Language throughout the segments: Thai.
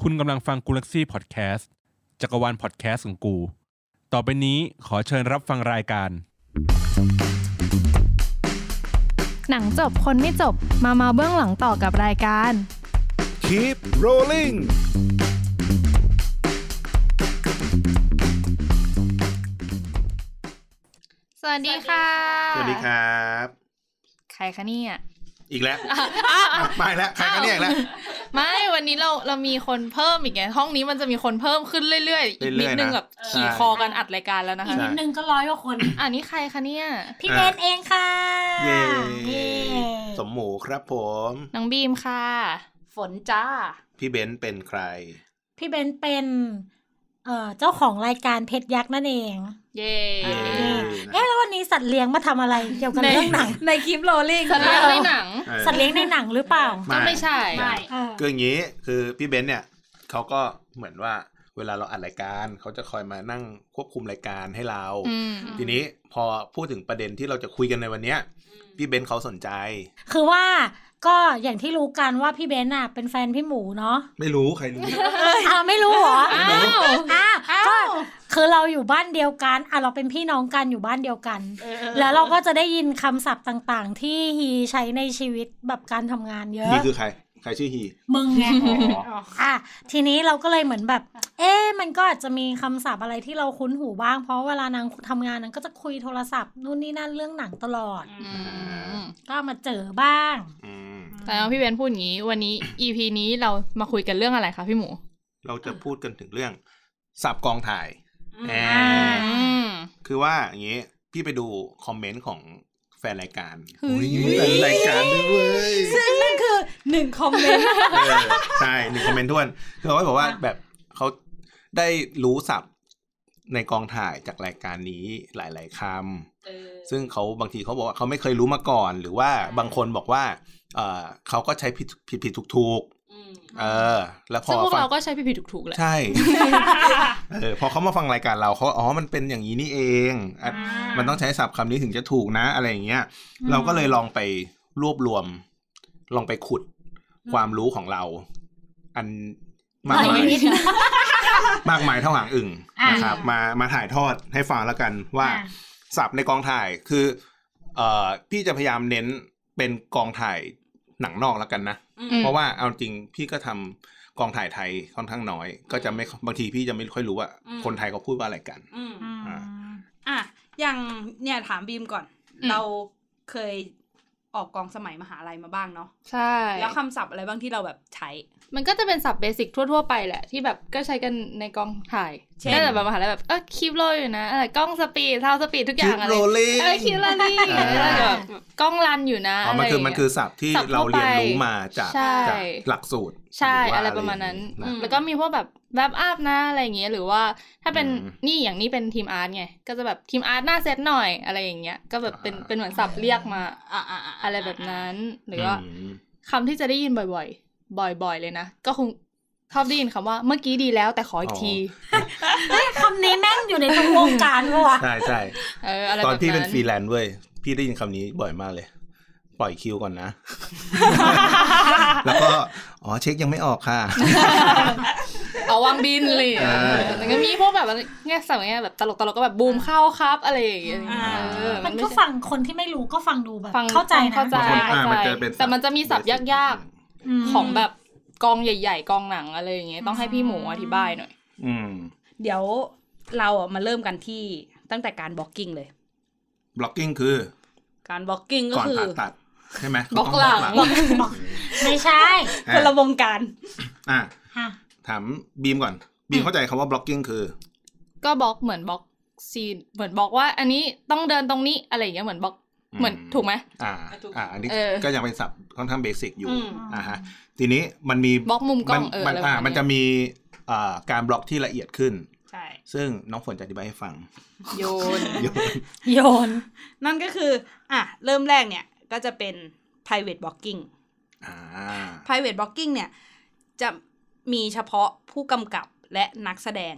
คุณกำลังฟังกูลักซี่พอดแคสต์จักรวาลพอดแคสต์ของกู ต่อไปนี้ขอเชิญรับฟังรายการ หนังจบคนไม่จบมาเมาเบื้องหลังต่อกับรายการ Keep rolling สวัสดีค่ะ สวัสดีครับ ใครคะเนี่ย อีกแล้วอ่ะไปแล้ว ใครกันเนี่ยอีกแล้ว ไม่วันนี้เราเรามีคนเพิ่มอีกไงห้องนี้มันจะมีคนเพิ่มขึ้นเรื่อยๆอีกนิเรื่อ ด ยๆนะ นึงแบบ ใช่ ขี่คอกันอัดรายการแล้วนะ อี คะ กนิดนึงก็ร้อยกว่าคน อันนี้ใครคะเนี่ย พี่ อ่ะ เบนเองค่ะ เย้ เย้ สมหมูครับผม น้องบีมค่ะ ฝนจ้า พี่เบนซ์เป็นใคร พี่เบนเป็นเอ่อเจ้าของรายการเพชรยักษ์นั่นเอง เย่ เย้ เย้เอ๊ะแล้ววันนี้สัตว์เลี้ยงมาทำอะไรเกี่ยวกับเรื่องหนัง ในคลิปโรลลิ่ง สัตว์เลี้ยงในหนัง ออ สัตว์เลี้ยงในหนังหรือเปล่า ก็ไม่ใช่ ไม่ เออ คืออย่างนี้ คือพี่เบนซ์เนี่ย เขาก็เหมือนว่าเวลาเราอัดรายการ เขาจะคอยมานั่งควบคุมรายการให้เรา อืม ทีนี้พอพูดถึงประเด็นที่เราจะคุยกันในวันเนี้ย พี่เบนซ์เขาสนใจ คือว่าก็อย่างที่รู้กันว่าพี่เบนน่ะเป็นแฟนพี่หมูเนาะ ไม่รู้ใครรู้ อ้าวไม่รู้เหรอ อ้าว อ้าวก็คือเราอยู่บ้านเดียวกันอ่ะเราเป็นพี่น้องกันอยู่บ้านเดียวกัน แล้วเราก็จะได้ยินคำศัพท์ต่างๆ ที่ฮีใช้ในชีวิตแบบการทำงานเยอะ ฮีคือใคร ใครชื่อฮี มึงไง อ๋อ อ่ะ ทีนี้เราก็เลยเหมือนแบบ เอ๊ะมันก็อาจจะมีคำศัพท์อะไรที่เราคุ้นหูบ้าง เพราะเวลานางทำงานนางก็จะคุยโทรศัพท์นู่นนี่นั่นเรื่องหนังตลอด อืม ก็มาเจอบ้าง อืม แต่ว่าพี่เบนพูดอย่างนี้วันนี้ EP นี้เรามาคุยกันเรื่องอะไรคะพี่หมู เราจะพูดกันถึงเรื่องสับกองถ่ายแหม อ่า อืม คือว่าอย่างนี้ พี่ไปดูคอมเมนต์ของแฟนรายการ เฮ้ย แฟนรายการด้วย ซึ่งนั่นคือหนึ่งคอมเมนต์ เออใช่หนึ่งคอมเมนต์ท้วนคือเขาบอกว่าแบบเขาได้รู้สับในกองถ่ายจากรายการนี้หลาย ๆคำซึ่งเขาบางทีเขาบอกว่าเขาไม่เคยรู้มาก่อน หรือว่าบางคนบอกว่าเออเขาก็ใช้ผิดผิดผิดถูกถูกๆเออ แล้วพอ ซึ่งพวก ฟัง เราก็ใช้พี่ผิดถูกๆแหละ ใช่ เออ พอเขามาฟังรายการเราเขาอ๋อ มันเป็นอย่างนี้นี่เองอ่ะมันต้องใช้ศัพท์คำนี้ถึงจะถูกนะ อะไรอย่างเงี้ย เราก็เลยลองไปรวบรวม ลองไปขุดความรู้ของเรา อันมากมาย นิดนึง มากมายเท่าหางอึ่ง อ่ะ นะครับ มา มาถ่ายทอดให้ฟังแล้วกันว่า อ่ะ ศัพท์ในกองถ่ายคือ เอ่อ พี่จะพยายามเน้นเป็นกองถ่ายหนังนอกแล้วกันนะ อืม เพราะว่าเอาจริงพี่ก็ทำกองถ่ายไทยค่อนข้างน้อย ก็จะไม่บางทีพี่จะไม่ค่อยรู้ว่า คนไทยเขาพูดว่าอะไรกัน อืม อ่ะอย่างเนี่ยถามบีมก่อน อืม เราเคยออกกองสมัยมหาลัยมาบ้างเนาะ ใช่ แล้วคำศัพท์อะไรบ้างที่เราแบบใช้ มันก็จะเป็นศัพท์เบสิกทั่ว ๆ ไปแหละ ที่แบบก็ใช้กันในกองถ่าย เช่น ได้แต่แบบมหาลัยแบบเออคลิปโรลอยู่นะอะไรกล้องสปีดเท่าสปีดทุกอ คลิ ย่า ป งอะไร โรลลิ่ง เออคลิปโรลลิ่ง อ่า แล้วแบบกล้องรันอยู่นะ อ๋อ อะไร มันอคือย่าง มัเงี้นย คือศัพท์ที่ ศัพท์ เรา ทั่วไป เรียนรู้มาจาก ใช่ จากหลักสูตร ใช่ หว่ อะไรประมาณนั้น อย่ง แล้วก็มีพวกแบบแวบอัพนะอะไรอย่างเงี้ยหรือว่าถ้าเป็น อืม นี่อย่างนี้เป็นทีมอาร์ตไงก็จะแบบทีมอาร์ตหน้าเซตหน่อยอะไรอย่างเงี้ยก็แบบเป็น อ่า เป็นเหมือนศัพท์เรียกมา อ่ะอ่ะ อะไรแบบนั้น หรือว่า ม คำที่จะได้ยินบ่อยๆ บ่อยๆ เลยนะ ก็คงชอบได้ยินคำว่าเมื่อกี้ดีแล้วแต่ขออีกที คำนี้แม่งอยู่ในทุกวงการปะวะ ใช่ใช่ เอออะไร ต แบบ อน นั้น พี่เป็นฟรีแลนซ์เว้ยพี่ได้ยินคำนี้บ่อยมากเลย ปล่อยคิวก่ อนนะ แล้วก็อ๋อเช็คยังไม่ออกค่ะ เอาวางบินเลย อ่า แล้วก็มีพวกแบบเงี้ยสัมเงี้ยแบบตลกตลกก็แบบบูมเข้าครับอะไรอย่างเงี้ยเออ มันก็ ไใช่ ฟังคนที่ไม่รู้ก็ฟังดูแบบ ฟัง เข้าใจนะ เข้าใจ บางคนอ่า เข้าใจ มันจะเป็นศัพท์ แต่มันจะมีศัพท์ยาก ม ๆ ของแบบกองใหญ่ๆ กองหนังอะไรอย่างเงี้ยต้องให้พี่หมูอธิบายหน่อย อืม เดี๋ยวเราอ่ะมาเริ่มกันที่ตั้งแต่การบล็อกกิ้งเลย blocking คือ การบล็อกกิ้งก็ ก่อน คือ ผ่าตัดใช่ไหม บล็อกหลัง เขาต้ ไม่ใช่ อ่ะ คนละวงการ อ่ะ ค่ะ ถามบีมก่อน บีมเข้าใจคำว่า blocking คือ ก็บล็อกเหมือนบล็อกซีนเหมือนบอกว่า อันนี้ต้องเดินตรงนี้อะไรอย่างเงี้ยเหมือนบล็อก อืม เหมือนถูกไหม อ่า อ่า อันนี้ เออ ก็ยังเป็นศัพท์ค่อนข้างเบสิกอยู่ อืม อ่าฮะ ทีนี้มันมี บล็อกมุมกล้ มั องเออ มั อะไรแบบ อ่า เนี้ย มันจะมีอ่าการบล็อกที่ละเอียดขึ้น ใช่ ซึ่งน้องฝนจะอธิบายให้ฟัง โยน เดี๋ยว โยน นั่นก็คืออ่ะเริ่มแรกเนี่ยก็จะเป็น private blocking อ่า private blocking เนี่ย จะมีเฉพาะผู้กำกับและนักแสดง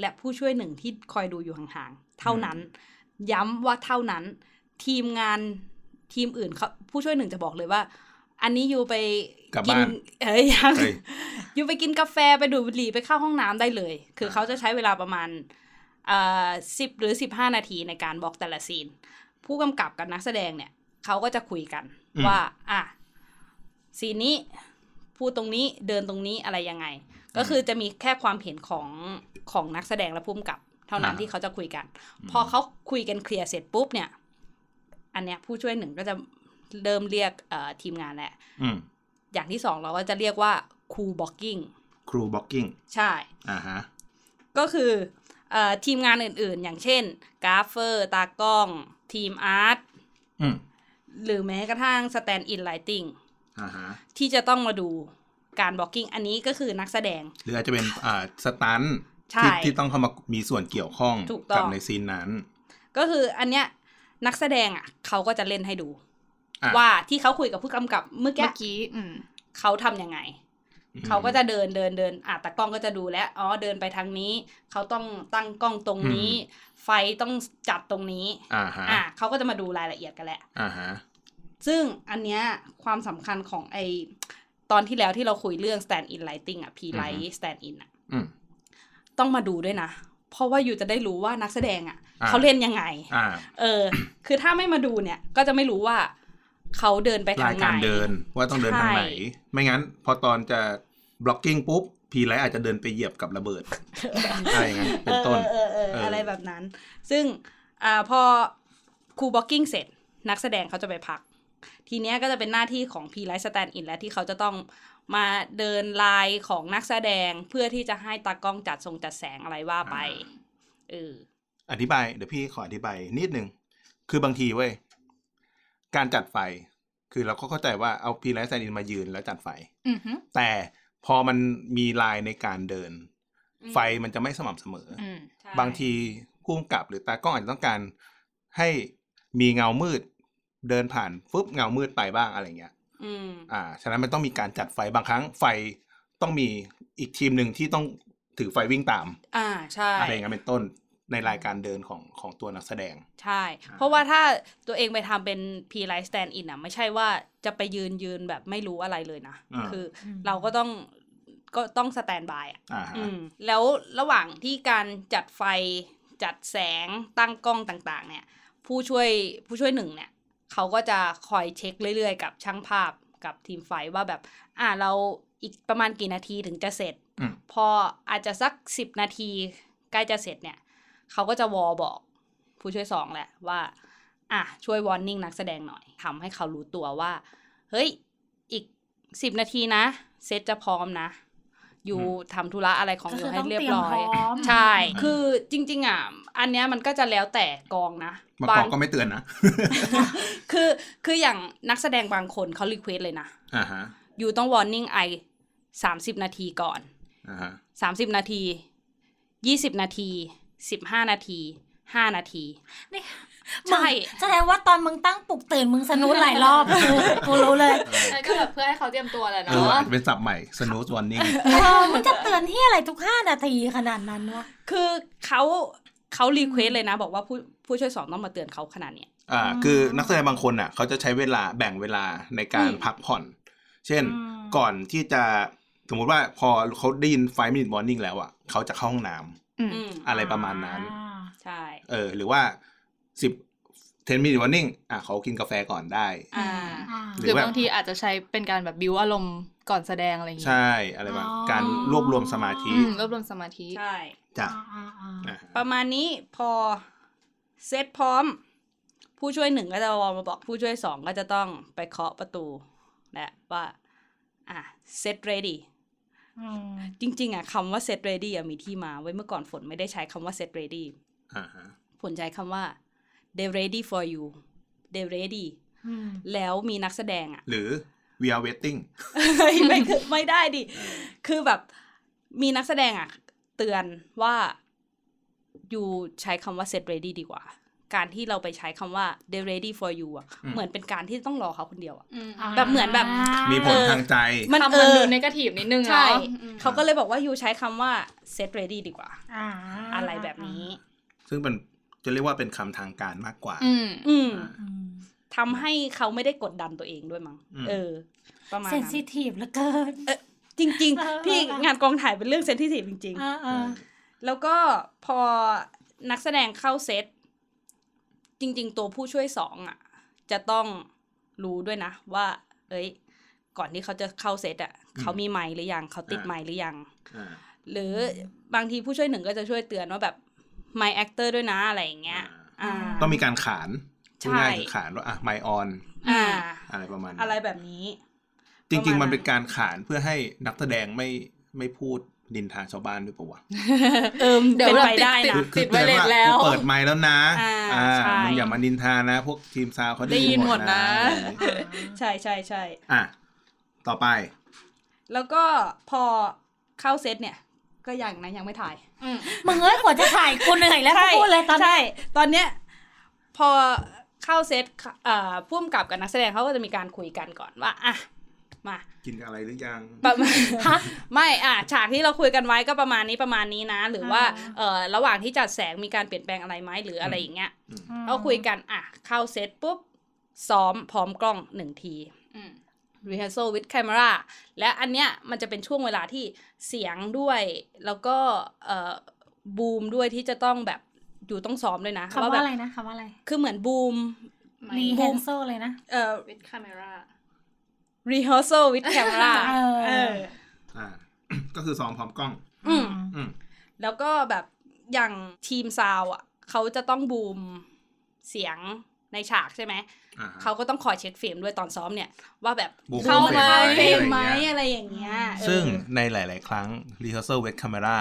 และผู้ช่วยหนึ่งที่คอยดูอยู่ห่างๆ เท่านั้น ย้ำว่าเท่านั้น ทีมงานทีมอื่นเขาผู้ช่วยหนึ่งจะบอกเลยว่า อันนี้ยูไป กลับ กิ บ้าน เอ้ยยัง เฮ้ย ยูไปกินกาแฟไปดูดบุหรี่ไปเข้าห้องน้ำได้เลย คือเขาจะใช้เวลาประมาณเอ่อสิบหรือสิบห้านาทีในการบล็อกแต่ละซีน ผู้กำกับกับนักแสดงเนี่ยเขาก็จะคุยกัน อืม ว่า อ่ะซีนนี้พูดตรงนี้เดินตรงนี้อะไรยังไง ก็คือจะมีแค่ความเห็นของของนักแสดงและผู้กำกับ เท่านั้น อ่า ที่เขาจะคุยกัน พอเขาคุยกันเคลียร์เสร็จปุ๊บเนี่ย อันเนี้ยผู้ช่วยหนึ่งก็จะเริ่มเรียกเอ่อทีมงานแหละ อืม อย่างที่สองเราก็จะเรียกว่าครูบ็อกกิ้ง ครูบ็อกกิ้ง ใช่ อ่าฮะ ก็คือเอ่อทีมงานอื่นๆ อย่างเช่น กราฟเฟอร์ ตากล้อง ทีมอาร์ต อืม หรือแม้กระทั่งสแตนด์อินไลติง อ่าฮะ ที่จะต้องมาดูการบ็อกกิ้งอันนี้ก็คือนักแสดง หรืออาจจะเป็นอ่าสตันท์ ใช่ ที่ที่ต้องเข้ามามีส่วนเกี่ยวข้อง ถูกต้อง กัในซีนนั้น ก็คืออันเนี้ยนักแสดงอ่ะเขาก็จะเล่นให้ดู อ่ะ ว่าที่เขาคุยกับผู้กำกับเมื่อกี้ เมื่อกี้ อืม เขาทำยังไง อืม เขาก็จะเดินเดินเดินอ่ะตากล้องก็จะดูแล้วอ๋อเดินไปทางนี้ เขาต้องตั้งกล้องตรงนี้ ไฟต้องจัดตรงนี้ อ่าฮะ อ่ะเขาก็จะมาดูรายละเอียดกันแหละ อ่าฮะ ซึ่งอันเนี้ยความสำคัญของไอตอนที่แล้วที่เราคุยเรื่อง stand in lighting อ่ะ P light stand in อ่ะ อืม ต้องมาดูด้วยนะ เพราะว่าอยู่จะได้รู้ว่านักแสดงอ่ะ อ่า เขาเล่นยังไง อ่า เออ คือถ้าไม่มาดูเนี่ย ก็จะไม่รู้ว่าเขาเดินไปทาร าง ย ไหน การเดินว่าต้องเดินทางไหน ใช่ ไม่งั้น พอตอนจะบล็อกกิ้งปุ๊บพีไลท์อาจจะเดินไปเหยียบกับระเบิด อะไรอย่างนั้นเป็นต้น เออเออเออ เอออ อะไรแบบนั้น ซึ่งอ่าพอครูบ็อกกิ้งเสร็จ นักแสดงเขาจะไปพัก ทีเนี้ยก็จะเป็นหน้าที่ของพีไลท์สแตนด์อินและที่เขาจะต้องมาเดินลายของนักแสดงเพื่อที่จะให้ตากล้องจัดทรงจัดแสงอะไรว่าไปเออ อธิบายเดี๋ยวพี่ขออธิบายนิดนึง คือบางทีเว้ย การจัดไฟ คือเราก็เข้าใจว่าเอาพีไลท์ไซนินมายืนแล้วจัดไฟ อือหือ แต่พอมันมีลายในการเดิน ไฟมันจะไม่สม่ำเสมออ อืม ใช่ บางทีคู่กำกับหรือตากล้องอาจจะต้องการให้มีเงามืด เดินผ่านปุ๊บเงามืดไปบ้างอะไรเงี้ย อืม อ่า ฉะนั้นมันต้องมีการจัดไฟบางครั้งไฟต้องมีอีกทีมหนึ่งที่ต้องถือไฟวิ่งตาม อ่าใช่ อะไรอย่างเงี้ยเป็นต้นในรายการเดินของของตัวนักแสดง ใช่ เพราะว่าถ้าตัวเองไปทำเป็น P Light Stand In อ่ะ ไม่ใช่ว่าจะไปยืนยืนแบบไม่รู้อะไรเลยนะ อ่า คือเราก็ต้องก็ต้องสแตนบายอ่ะ อ่าฮะ อืมแล้วระหว่างที่การจัดไฟจัดแสงตั้งกล้องต่างๆ เนี่ย ผู้ช่วยผู้ช่วยหนึ่งเนี่ย เขาก็จะคอยเช็คเรื่อยๆ กับช่างภาพกับทีมไฟว่าแบบ อ่าเราอีกประมาณกี่นาทีถึงจะเสร็จ อืม พออาจจะสักสิบนาทีใกล้จะเสร็จเนี่ย เขาก็จะวอลบอก ผู้ช่วยสองแหละว่า อ่ะช่วยวอร์นิ่งนักแสดงหน่อยทำให้เขารู้ตัวว่า เฮ้ย อีกสิบนาทีนะ เซตจะพร้อมนะ อยู่ทำธุระอะไรของ ก็ อ คือยู่ให้ ต้อง เรีย เต บ รียม ร้อ พร้ ย อม ใช่ คือจริง ๆ อ่ะ อันเนี้ยมันก็จะแล้วแต่กองนะ มา บา เกาะ ง ก็ไม่เตือนนะ คือคืออย่างนักแสดงบางคนเขารีเควสเลยนะ อ่าฮะ อยู่ต้องวอร์นิ่งไอสามสิบนาทีก่อน อ่าฮะ สามสิบนาที ยี่สิบนาที สิบห้านาที ห้านาที ใช่ มึงแสดงว่าตอนมึงตั้งปลุกตื่นมึงสนุนหลายรอบ กูกูรู้เลย แต่ก็แบบเพื่อให้เขาเตรียมตัวแหละ เอ เนา อะ เป็นศัพท์ใหม่ snooze warning เออมึงจะเตือนที่อะไรทุกห้านาทีขนาดนั้นวะ คือเขาเขารีเควสเลยนะ บอกว่าผู้ผู้ช่วยสองต้องมาเตือนเขาขนาดเนี้ย อ่า อ๋อ คือนักแสดงบางคนอ่ะ เขาจะใช้เวลาแบ่งเวลาในการ อืม พักผ่อน เช่น อืม ก่อนที่จะสมมติว่าพอเขาได้ยิน five minute warning แล้วอ่ะ เขาจะเข้าห้องน้ อืม อืม ำอะไรประมาณนั้น อ่า ใช่ เออ หรือว่าสิบ ten minute warning อ่ะเขากินกาแฟก่อนได้ อ่า อ่า ห ห รื รือ ว่า บางทีอาจจะใช้เป็นการแบบบิวอารมณ์ก่อนแสดงอะไรอย่างเงี้ย ใช่ อะไรแบบ อ๋อ การรวบรวมสมาธิ อืมรวบรวมสมาธิ ใช่ จาก อ่าอ่าอ่า อ่า ประมาณนี้พอเซตพร้อม ผู้ช่วยหนึ่งก็จะวอลมาบอกผู้ช่วยสองก็จะต้องไปเคาะประตู และว่า อ่ะเซตเรดี้ อืม จริง ๆ อ่ะคำว่าเซตเรดี้อ่ะมีที่มาไว้ยเมื่อก่อนฝนไม่ได้ใช้คำว่าเซตเรดี้ อ่าฮะ ฝนใช้คำว่า they ready for you they ready อืม แล้วมีนักแสดงอ่ะ หรือ we are waiting เฮ้ยไม่คือไม่ได้ดิ คือแบบมีนักแสดงอ่ะ เตือนว่าอยู่ใช้คำว่า set ready ดีกว่า การที่เราไปใช้คำว่า they ready for you อ่ะ อืม เหมือนเป็นการที่ต้องรอเขาคนเดียวอ่ะ อ่า แบบเหมือนแบบ มีผล เออ ทางใจ มัน ทำ เอ มัน อ ดูเนกาทีฟนิดนึง ใช่ เนาะอืม เขาก็เลยบอกว่าอยู่ใช้คำว่า set ready ดีกว่า อ่า อะไรแบบนี้ ซึ่งเป็นจะเรียกว่าเป็นคำทางการมากกว่า อืม อืม อืม ทำให้เขาไม่ได้กดดันตัวเองด้วยมั้ง อืม เออ ประมาณ เซน นั้ ซิ น ทีฟเหลือเกิน จริง เออ ๆ พี่ เออ งานกองถ่ายเป็นเรื่องเซนซิทีฟจริง อ่าๆ ๆ แล้วก็พอนักแสดงเข้าเซตจริง ๆ ตัวผู้ช่วยสองอ่ะ จะต้องรู้ด้วยนะ ว่า เอ้ย ก่อนที่เขาจะเข้าเซตอ่ะเขามีไมค์หรือยังเขาติดไมค์หรือยัง อ่า หรือบางทีผู้ช่วยหนึ่งก็จะช่วยเตือนว่าแบบ my actor ด้วยนะอะไรอย่างเงี้ย อ่า ต้องมีการขาน ใช่ ง่ายๆคือขานว่าอ่ะไมออน อ่า อะไรประมาณนั้น อะไรแบบนี้ จริง ๆ มันเป็น ประมาณนั้น การขานเพื่อให้นักแสดงไม่ไม่พูดดินทาชาวบ้านด้วยปะวะ เออ เดี๋ยว เป็น เรา ไป ติด ได้ ติด นะ คือ ไว้ เตือนว่า แล้ว กูเปิดไมค์แล้วนะ อ่าใช่ มึงอย่ามานินทานะ พวกทีมซาวเขา ได้ ได้ ยินหมดนะ อะไรอย่างงี้ ใช่ใช่ใช่ อ่ะต่อไป แล้วก็พอเข้าเซตเนี่ย ก็ยังนะยังไม่ถ่าย อืม มึงเอ้ยกว่าจะถ่ายกูเหนื่อยแล้วกูพูดเลยตอนนี้ ใช่ตอนเนี้ยพอเข้าเซตเอ่อพุ่มกับกับนักแสดงเขาก็จะมีการคุยกันก่อนว่าอ่ะมา กินอะไรหรือยัง ประมาณ ฮะ ไม่อ่ะฉากที่เราคุยกันไว้ก็ประมาณนี้ประมาณนี้นะ หรือว่าเอ่อระหว่างที่จัดแสงมีการเปลี่ยนแปลงอะไรไหมหรืออะไรอย่างเงี้ยก็คุยกันอ่ะเข้าเซตปุ๊บซ้อมพร้อมกล้องหนึ่งที อืม rehearsal with camera และอันเนี้ยมันจะเป็นช่วงเวลาที่เสียงด้วยแล้วก็เอ่อบูมด้วยที่จะต้องแบบอยู่ต้องซ้อมด้วยนะ คำว่า แบบ อะไรนะคำว่าอะไร คือเหมือนบูม รีแฮ บุ นโซเลยนะ เอ่อ วิดคาเมรา rehearsal with camera เออ เออ อ่า ก็คือซ้อมพร้อมกล้อง อืม อืม แล้วก็แบบอย่างทีมซาวอ่ะเขาจะต้องบูมเสียงในฉากใช่ไหม อ่า เขาก็ต้องคอยเช็คเฟรมด้วยตอนซ้อมเนี่ย ว่าแบบ บูม เข้ามา เฟ เฟ ร ร ม ม ไห ไห ม มอะไรอย่างเงี้ยเออ ซึ่งในหลาย ๆ ครั้ง rehearsal with camera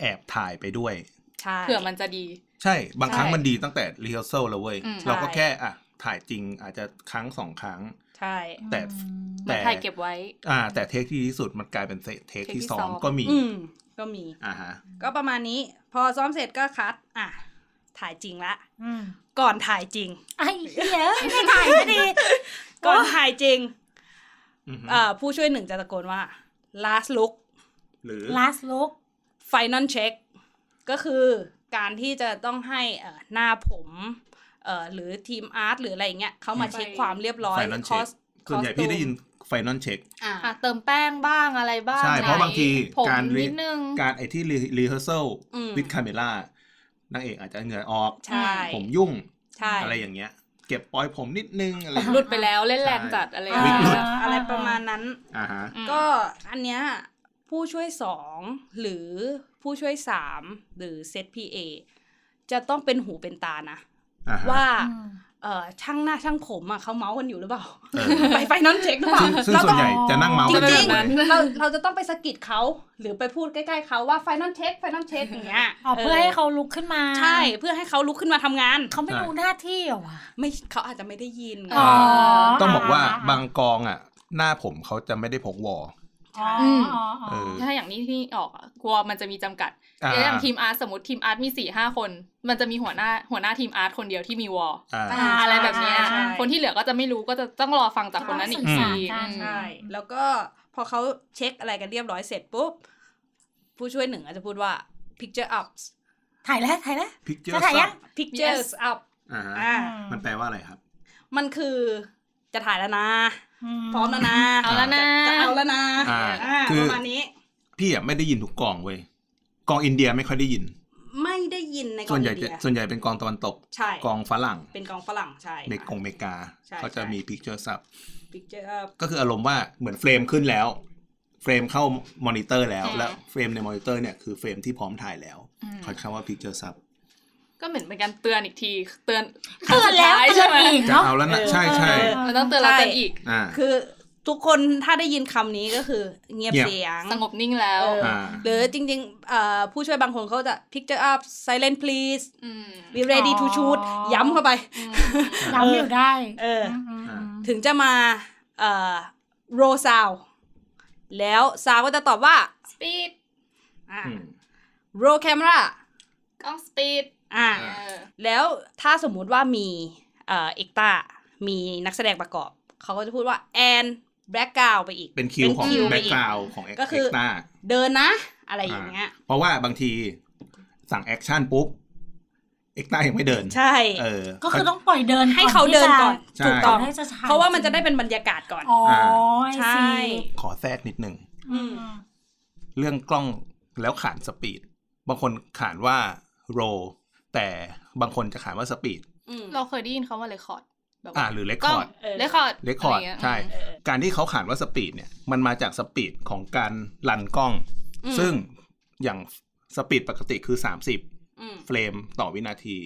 แอบถ่ายไปด้วย ใช่ เผื่อมันจะดี ใช่ บางครั้ง ใช่ มันดีตั้งแต่ rehearsal แล้วเว้ย อืม เราก็แค่อ่ะถ่ายจริงอาจจะครั้งสองครั้ง ใช่ แต่ เหมือ แต่ นถ่ายเก็บไว้ อ่า แต่เทคที่ดีที่สุดมันกลายเป็นเทค เทคที่ ที่สอ สอง ง ก็มี อืมก็มี อ่าฮะ ก็ประมาณนี้ พอซ้อมเสร็จก็คัด อ่ะ ถ่ายจริงละ อืม ก่อนถ่ายจริง ไอ้เหี้ยไม่ถ่ายไม่ดี ก่อนถ่ายจริง อือฮึ เอ่อผู้ช่วยหนึ่งจะตะโกนว่า last look หรือ last look Final Check ก็คือการที่จะต้องให้เอ่อหน้าผมเอ่อหรือทีมอาร์ตหรืออะไรอย่างเงี้ยเขามาเช็คความเรียบร้อย Final Check ส ส่วนใหญ่พี่ได้ยิน final check อ่า อ่ะเติมแป้งบ้างอะไรบ้าง ใช่เพราะบางที ผม การรี นิดนึง การไอที่ re- rehearsal อืม with camera นางเอกอาจจะเหงื่อออก ใช่ ผมยุ่ง ใช่ อะไรอย่างเงี้ย เก็บปลอยผมนิดนึงอะไรอย่าง หลุ เงี้ ด ย ไปแล้วเล่นแรงจัดอะไรอย่าง วิ เงี้ยกฤต อ่าอะไรประมาณนั้น อ่าฮะ อืม ก็อันเนี้ยผู้ช่วยสองหรือผู้ช่วยสามหรือเซตพีเอจะต้องเป็นหูเป็นตานะ อ่าฮะ ว่า อืม เอ่อช่างหน้าช่างผมอ่ะเขาเมาส์กันอยู่หรือเปล่า เออ ไปไฟนอลเช็คหรือเปล่า ซึ่งซึ่ง เรา ส่ว ต้อน ง ใหญ่จะนั่งเมาส์ จ กั ริ น ง เอ ๆ งเลย เราเราจะต้องไปสะกิดเขาหรือไปพูดใกล้ๆเขาว่าไฟนอลเช็คไฟนอลเช็คอย่างเงี้ย อ๋อเพื่อให้เขาลุกขึ้นมา ใช่ เพื่อให้เขาลุกขึ้นมาทำงาน เขาไม่รู้หน้าที่เหรอวะ ไม่เขาอาจจะไม่ได้ยินไง อ๋อ ต้องบอกว่าบางกองอ่ะ หน้าผมเขาจะไม่ได้พกวอล อ๋ออ๋ออ๋อ เออ ถ้าอย่างนี้ที่ออกอะกลัวมันจะมีจำกัด อ่า แล้วอย่างทีมอาร์ตสมมติทีมอาร์ตมีสี่ห้าคน มันจะมีหัวหน้าหัวหน้าทีมอาร์ตคนเดียวที่มีวอล อ่า า อะไรแบบเนี้ย ใช่ คนที่เหลือก็จะไม่รู้ก็จะต้องรอฟังจากคนนั้นอีกที ต้องสื่อสารกัน อืม ใช่ ใช่แล้วก็พอเขาเช็คอะไรกันเรียบร้อยเสร็จปุ๊บ ผู้ช่วยหนึ่งอาจจะพูดว่า picture up ถ่ายแล้วถ่ายแล้ว picture จะถ่ายยัง sub pictures up อ่าฮะ อ่า มันแปลว่าอะไรครับ มันคือจะถ่ายแล้วนะ พร้อมแล้วนะ เอาแล้วนะ จะเอาแล้วนะ อ่า อ่า คือ ประมาณนี้ พี่อ่ะไม่ได้ยินทุกกองเว้ยกองอินเดียไม่ค่อยได้ยิน ไม่ได้ยินในก ส่ อ วน ง ใหญ่ อิน จะ เดีย ส่วนใหญ่เป็นกองตะวันตก ใช่ กองฝรั่ง เป็นกองฝรั่งใช่ เมกงเมกา ใช่ เขาจะ ใช่ มี picture sub picture up ก็คืออารมณ์ว่าเหมือนเฟรมขึ้นแล้ว เฟรมเข้ามอนิเตอร์แล้ว อืม แล้วเฟรมในมอนิเตอร์เนี่ยคือเฟรมที่พร้อมถ่ายแล้ว อืม เขาใช้คำว่า picture sub ก็เหมือนเป็นการเตือนอีกทีเตือนครั้ง เตือ สุ น ด แล้ว ท้าย เตื ใช่ อน ไหม อีก จะ เนาะ เอาแล้วนะใช่ใช่ เออ มันต้องเตือนเรา ใช่ เตือนอีก อ่า คือทุกคนถ้าได้ยินคำนี้ก็คือเงียบ เงียบ เสียง สงบนิ่งแล้ว เอ อ่า หรือจริงๆเอ่อผู้ช่วยบางคนเขาจะ picture up silent please ม be ready to shoot อ๋อ ย้ำเข้าไป ย้ำอยู่ได้ เออ ม อ่า ม ถึงจะมาเอ่อ roll sound แล้วซาวก็จะตอบว่า สปีด อ่ะ อืม roll camera กล้องสปีด อ่ะ อ่า เออ แล้วถ้าสมมุติว่ามีเอ่อเอกตามีนักแสดงประกอบ เขาก็จะพูดว่า and background ไปอีก เป็นคิวของ เป็นคิว แบ็ก อีก กราวของเอ็ก ก็คือ ซ์ต้า เดินนะ อะไรอย่างเงี้ย เพราะว่าบางทีสั่งแอคชั่นปุ๊บ เอ็กต้ายังไม่เดิน ใช่ เออ ก็คือต้องปล่อยเดิน ให้เขาเดินก่อน ใช่ ถูก ก่ ต้ อ อน ง ที่จะทำ เพราะว่ามันจะได้เป็นบรรยากาศก่อน อ๋อ ใช่ ใช่ ขอแทรกนิดนึง อืม เรื่องกล้องแล้วขานสปีด บางคนขานว่าโรแต่บางคนจะขานว่าสปีด อืม เราเคยได้ยินคำว่าเรคคอร์ดแบบ อ่า ว่า หรือเรค ก ค ล้อง อร์ด เออ เรคคอร์ด record ใช่ เออ การที่เขาขานว่าสปีดเนี่ยมันมาจากสปีดของการลันกล้อง อืม ซึ่งอย่างสปีดปกติคือ อืม 30 เฟรมต่อวินาที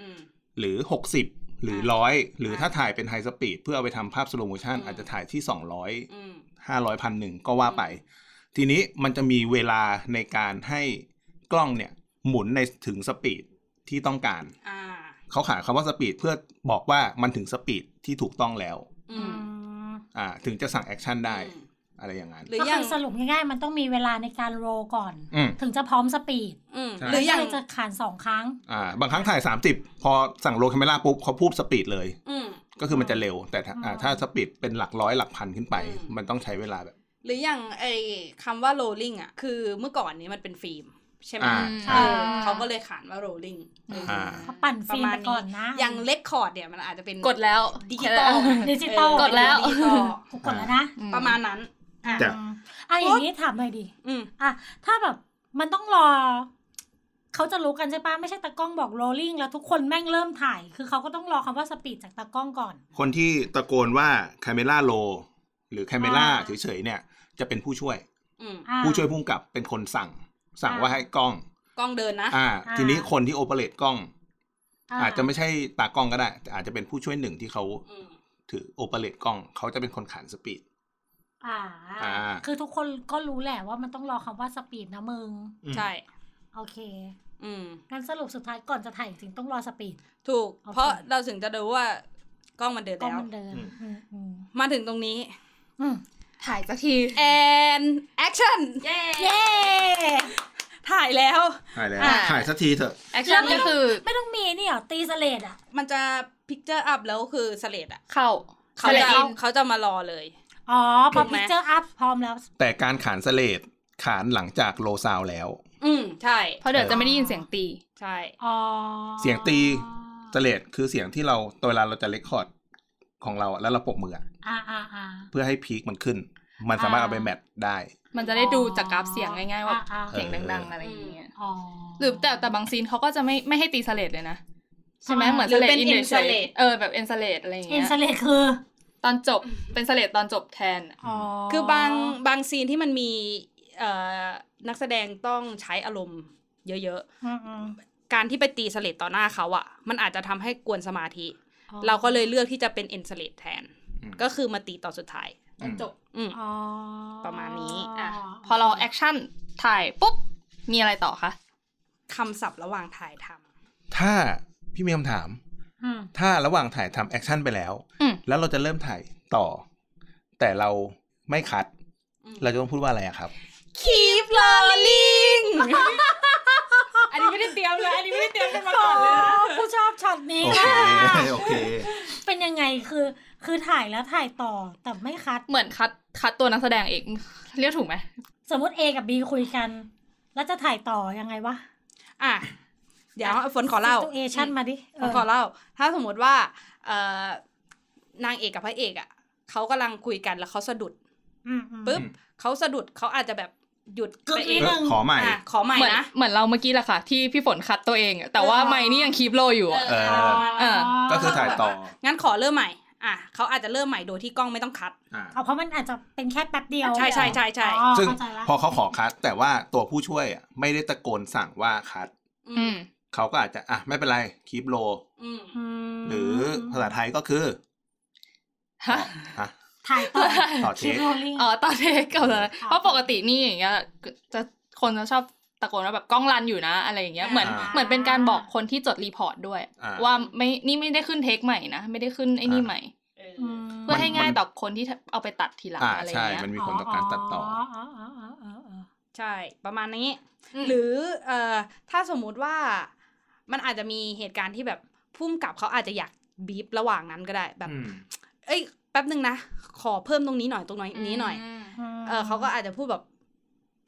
อืม หรือ 60 หรือร้อยหรือถ้าถ่ายเป็นไฮสปีดเพื่อเอาไปทำภาพสโลโมชัน อืม อาจจะถ่ายที่ 200 อืม ห้าร้อยพันหนึ่งก็ว่าไป ทีนี้มันจะมีเวลาในการให้กล้องเนี่ย หมุนในถึงสปีดที่ต้องการ อ่า เขาขายคำว่าสปีดเพื่อบอกว่ามันถึงสปีดที่ถูกต้องแล้ว อืม อ่า ถึงจะสั่งแอคชั่นได้ อืม อะไรอย่างนั้น หรือ ก็ อ คื ย่าง อสรุปง่ายๆ มันต้องมีเวลาในการโรก่อน อืม ถึงจะพร้อมสปีด อืม ใช่ หรืออย่าง ก็เลจะขานสองครั้ง อ่า บางครั้งถ่าย 30 พอสั่งโรลคาเมล่าปุ๊บเขาพูดสปีดเลย อืม ก็คือมันจะเร็ว แต่ถ้าอ่าถ้าสปีดเป็นหลักร้อยหลักพันขึ้นไป อืม มันต้องใช้เวลาแบบ หรืออย่างไอคำว่า rolling อ่ะ คือเมื่อก่อนนี้มันเป็นฟิล์ม ใช่ไหม อ่า เออ ใช่ เขาก็เลยขานว่า rolling อ่า เออ เขาปั่นฟิล์มไปก่อนนะ อย่างเลคคอร์ดเนี่ยมันอาจจะเป็น กดแล้ว ดิจิตอล ดิจิตอล เ กดแล้ว ดิจิตอล กูกดแล้วนะ ประมาณนั้นอ่ะ จ้ะ อืมอ่ะอย่างนี้ถามหน่อยดิ อืม อ่ะถ้าแบบมันต้องรอ เขาจะรู้กันใช่ปะไม่ใช่ตากล้องบอก rolling แล้วทุกคนแม่งเริ่มถ่าย คือเขาก็ต้องรอคำว่าสปีดจากตากล้องก่อน คนที่ตะโกนว่าคาเมล่าโรหรือคาเมล่า อ่า เฉยๆเนี่ย จะเป็นผู้ช่วย อืม อ่ะ ผู้ช่วยผู้กำกับเป็นคนสั่ง สั่ง อ่า ว่าให้กล้อง กล้องเดินนะ อ่า อ่า ทีนี้คนที่โอเปเรตกล้อง อ่ะ อาจจะไม่ใช่ตากล้องก็ได้แต่อาจจะเป็นผู้ช่วยหนึ่งที่เขา อืม ถือโอเปเรตกล้อง เขาจะเป็นคนขานสปีด อ่า อ่า คือทุกคนก็รู้แหละว่ามันต้องรอคำว่าสปีดนะมึง ใช่ โอเค อืม งั้นสรุปสุดท้ายก่อนจะถ่ายจริงๆต้องรอสปีด ถูก โอเค เพราะเราถึงจะรู้ว่ากล้องมันเดิน ก็ แล้ว เหมันเดิม อืม อืมอืม มาถึงตรงนี้ อืม ถ่ายสักที and action เย้ ถ่ายแล้ว ถ่ายแล้ว อ่า ถ่ายสักทีเถอะ แอคชั่น แล้วไม่ ก็ ต้อง คือ ไม่ต้องมีนี่เหรอตีสเลดอ่ะ มันจะ picture up แล้วคือสเลดอ่ะ เข้า เขา สล จะ ดอิน เขาจะมารอเลย อ๋อ พอ ถูกไหม พิเจอร์อัพพร้อมแล้ว แต่การขานสเลดขานหลังจากโลซาวแล้ว อืม ใช่ เพราะเดี๋ยวจะไม่ได้ยินเสียงตี ใช่ อ๋อ เสียงตี สเลดคือเสียงที่เราเวลาเราจะเลคคอร์ดของเราอะแล้วเราปกมืออะ อ่าอ่าอ่า เพื่อให้พีคมันขึ้น มันสามารถ อ่า เอาไปแมทได้ มันจะได้ดูจากกราฟเสียงง่ายๆว่า อ่าๆ เสียงดัง เออ ๆ อ อะไรอย่างเงี้ย อ๋อ หรือแต่แต่บางซีนเขาก็จะไม่ไม่ให้ตีสเลดเลยนะ ใช่ไหม อ่า เหมือน หรืสอเล เป็ ด น อินเฉย insulate ๆเออแบบเอ็นสเลดอะไรอย่าง เอ็ เงี้ น ย สเลดคือ ตอนจบเป็นสเลดตอนจบแทน อ๋อ คือบางบางซีนที่มันมีเอ่อนักแสดงต้องใช้อารมณ์เยอะ อืมอืม ๆ การที่ไปตีสเลดต่อหน้าเขาอะมันอาจจะทำให้กวนสมาธิ อ๋อ เราก็เลยเลือกที่จะเป็นเอ็นสเลดแทน อืม ก็คือมาตีต่อนสุดท้าย ตอนจบ อืม อ๋อ ประมาณนี้ อ่ะพอเราแอคชั่นถ่ายปุ๊บ มีอะไรต่อคะ คำศัพท์ระหว่างถ่ายท ถ้าพี่มีคำถาม อืม ถ้าระหว่างถ่ายทำแอคชั่นไปแล้ว อืม แล้วเราจะเริ่มถ่ายต่อ แต่เราไม่คัด ำอืม เราจะต้องพูดว่าอะไรอะครับ Keep rolling อันนี้ไม่ได้เตรียมเลย อันนี้ไม่ได้เตรียมกันมาก่อนเลย ผู้ชอบช็อตนี้ โอเค โอเค เป็นยังไงคือ คือถ่ายแล้วถ่ายต่อแต่ไม่คัด เหมือนคัดคัดตัวนักแสดงเองเรียกถูกไหม สมมติ A กับ B คุยกัน แล้วจะถ่ายต่อยังไงวะ อ่ะ เดี๋ยวฝนขอเล่า ตัวเอชั่นมาดิ ฝนขอเล่า ถ้าสมมติว่าเอ่อนางเอกกับพระเอกอ่ะเขากำลังคุยกันแล้วเขาสะดุด อืมอืม ปึ๊บ อืม เขาสะดุดเขาอาจจะแบบหยุด กึก ไปเอ นิ ง ดนึง ขอใหม่ อ่ะขอใหม่ เหมือน นะ เหมือนเราเมื่อกี้แหละค่ะ ที่พี่ฝนคัดตัวเองอะแต่ว่า เออ ไม่นี่ยังคีบโลอยู่อะ เออ เออ ก็คือถ่ายต่อ งั้นขอเริ่มใหม่ อ่ะเขาอาจจะเริ่มใหม่โดยที่กล้องไม่ต้องคัด อ่า เอาเพราะมันอาจจะเป็นแค่แป๊บเดียว ใช่ใช่ใช่ใช่ อ๋อ ซึ่ง เข้าใจละ พอเขาขอคัด แต่ว่าตัวผู้ช่วยอะไม่ได้ตะโกนสั่งว่าคัด อื อื ม ม เขาก็อาจจะ อ่ะ ไม่เป็นไร คีปโล อืม ม หรือภาษาไทยก็คือ ฮะ ฮะ ถ่ายต่อ ต่อเท คิ ค ปโรลลิ่ง อ๋อตอนเทคกับเลย ค่ะ เพราะปกตินี่อย่างเงี้ยจะคนจะชอบตะโกนว่าแบบกล้องรันอยู่นะ อะไรอย่างเงี้ยเหมือน อ่า เหมือนเป็นการบอกคนที่จดรีพอร์ตด้วย อ่า ว่าไม่นี่ไม่ได้ขึ้นเทคใหม่นะ ไม่ได้ขึ้นไอ้นี่ อ่า ใหม่ เออ เพื่อให้ง่าย มัน ต่อคนที่เอาไปตัดทีหลัง อ่า อะไรอ ใช่ ย่างเงี้ย มันมีผลต่อการตัดต่ออ ใช่ ประมาณนี้ ม หรือเอ่อถ้าสมมุติว่ามันอาจจะมีเหตุการณ์ที่แบบพุ่มกับเขาอาจจะอยากบีบระหว่างนั้นก็ได้แบบ ม เอ้ยแป๊บนึงนะ ขอเพิ่มตรงนี้หน่อยตรงนี้นี้หน่อย ม เออเขาก็อาจจะพูดแบบ พู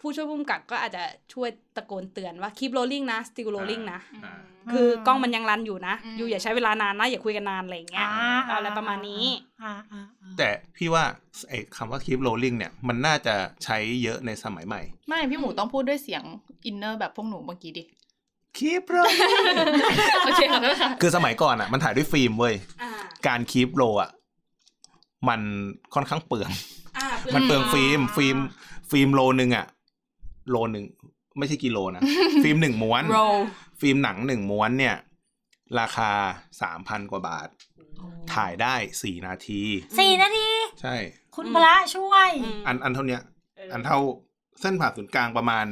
ผู้ช่วยผู้กำกับก็อาจจะช่วยตะโกนเตือนว่า keep rolling นะ still rolling นะ อ่า า คือกล้องมันยังรันอยู่นะ อืม อยู่อย่าใช้เวลานานนะ อย่าคุยกันนานอะไรอย่างเงี้ย อะไรประมาณนี้ อ่าอ่าอ่า แต่พี่ว่าไอ้คำว่า keep rolling เนี่ย มันน่าจะใช้เยอะในสมัยใหม่ ไม่พี่หมูต้องพูดด้วยเสียงอินเนอร์แบบพวกหนูเมื่อกี้ ดิ keep rolling โอเคขอโทษค่ะ คือสมัยก่อนอ่ะ มันถ่ายด้วยฟิล์มเว้ย อ่า การ keep roll อ่ะ มันค่อนข้างเปลือง อ่า มันเปลืองฟิล์ม ฟิล์ม ฟิล์มโลนึงอ่ะ โลนึง ไม่ใช่กิโล นะ ฟิล์มหนึ่งม้วน โร ฟิล์มหนังหนึ่งม้วนเนี่ย ราคาสามพันกว่าบาท ถ่ายได้สี่นาที สี่นาที ใช่ คุณพระช่วย อันอันเท่าเนี้ย อันเท่าเส้นผ่าศูนย์กลางประมาณ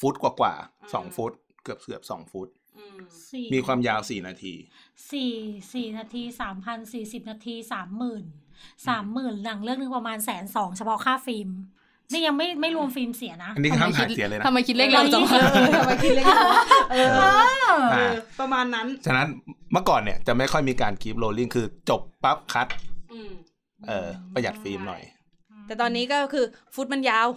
ฟุตกว่ากว่าๆสองฟุต เกือบเกือบสองฟุต สี่ มีความยาวสี่นาที สี่สี่นาทีสามพันสี่สิบนาทีสามหมื่นสามหมื่นหลังเรื่องหนึงประมาณแสนสองเฉพาะค่าฟิล์มนี่ยังไม่ไม่รวมฟิล์มเสียนะ อันนี้คือห้ามถ่ายเสียเลยนะ ทำไมคิดเลขเราจังวะทำไมคิดเลขเรา อ่า ประมาณนั้น ฉะนั้นเมื่อก่อนเนี่ยจะไม่ค่อยมีการคีบโรลลิ่งคือจบปั๊บคัด อืม เออประหยัดฟิล์มหน่อย แต่ตอนนี้ก็คือฟุตมันยาว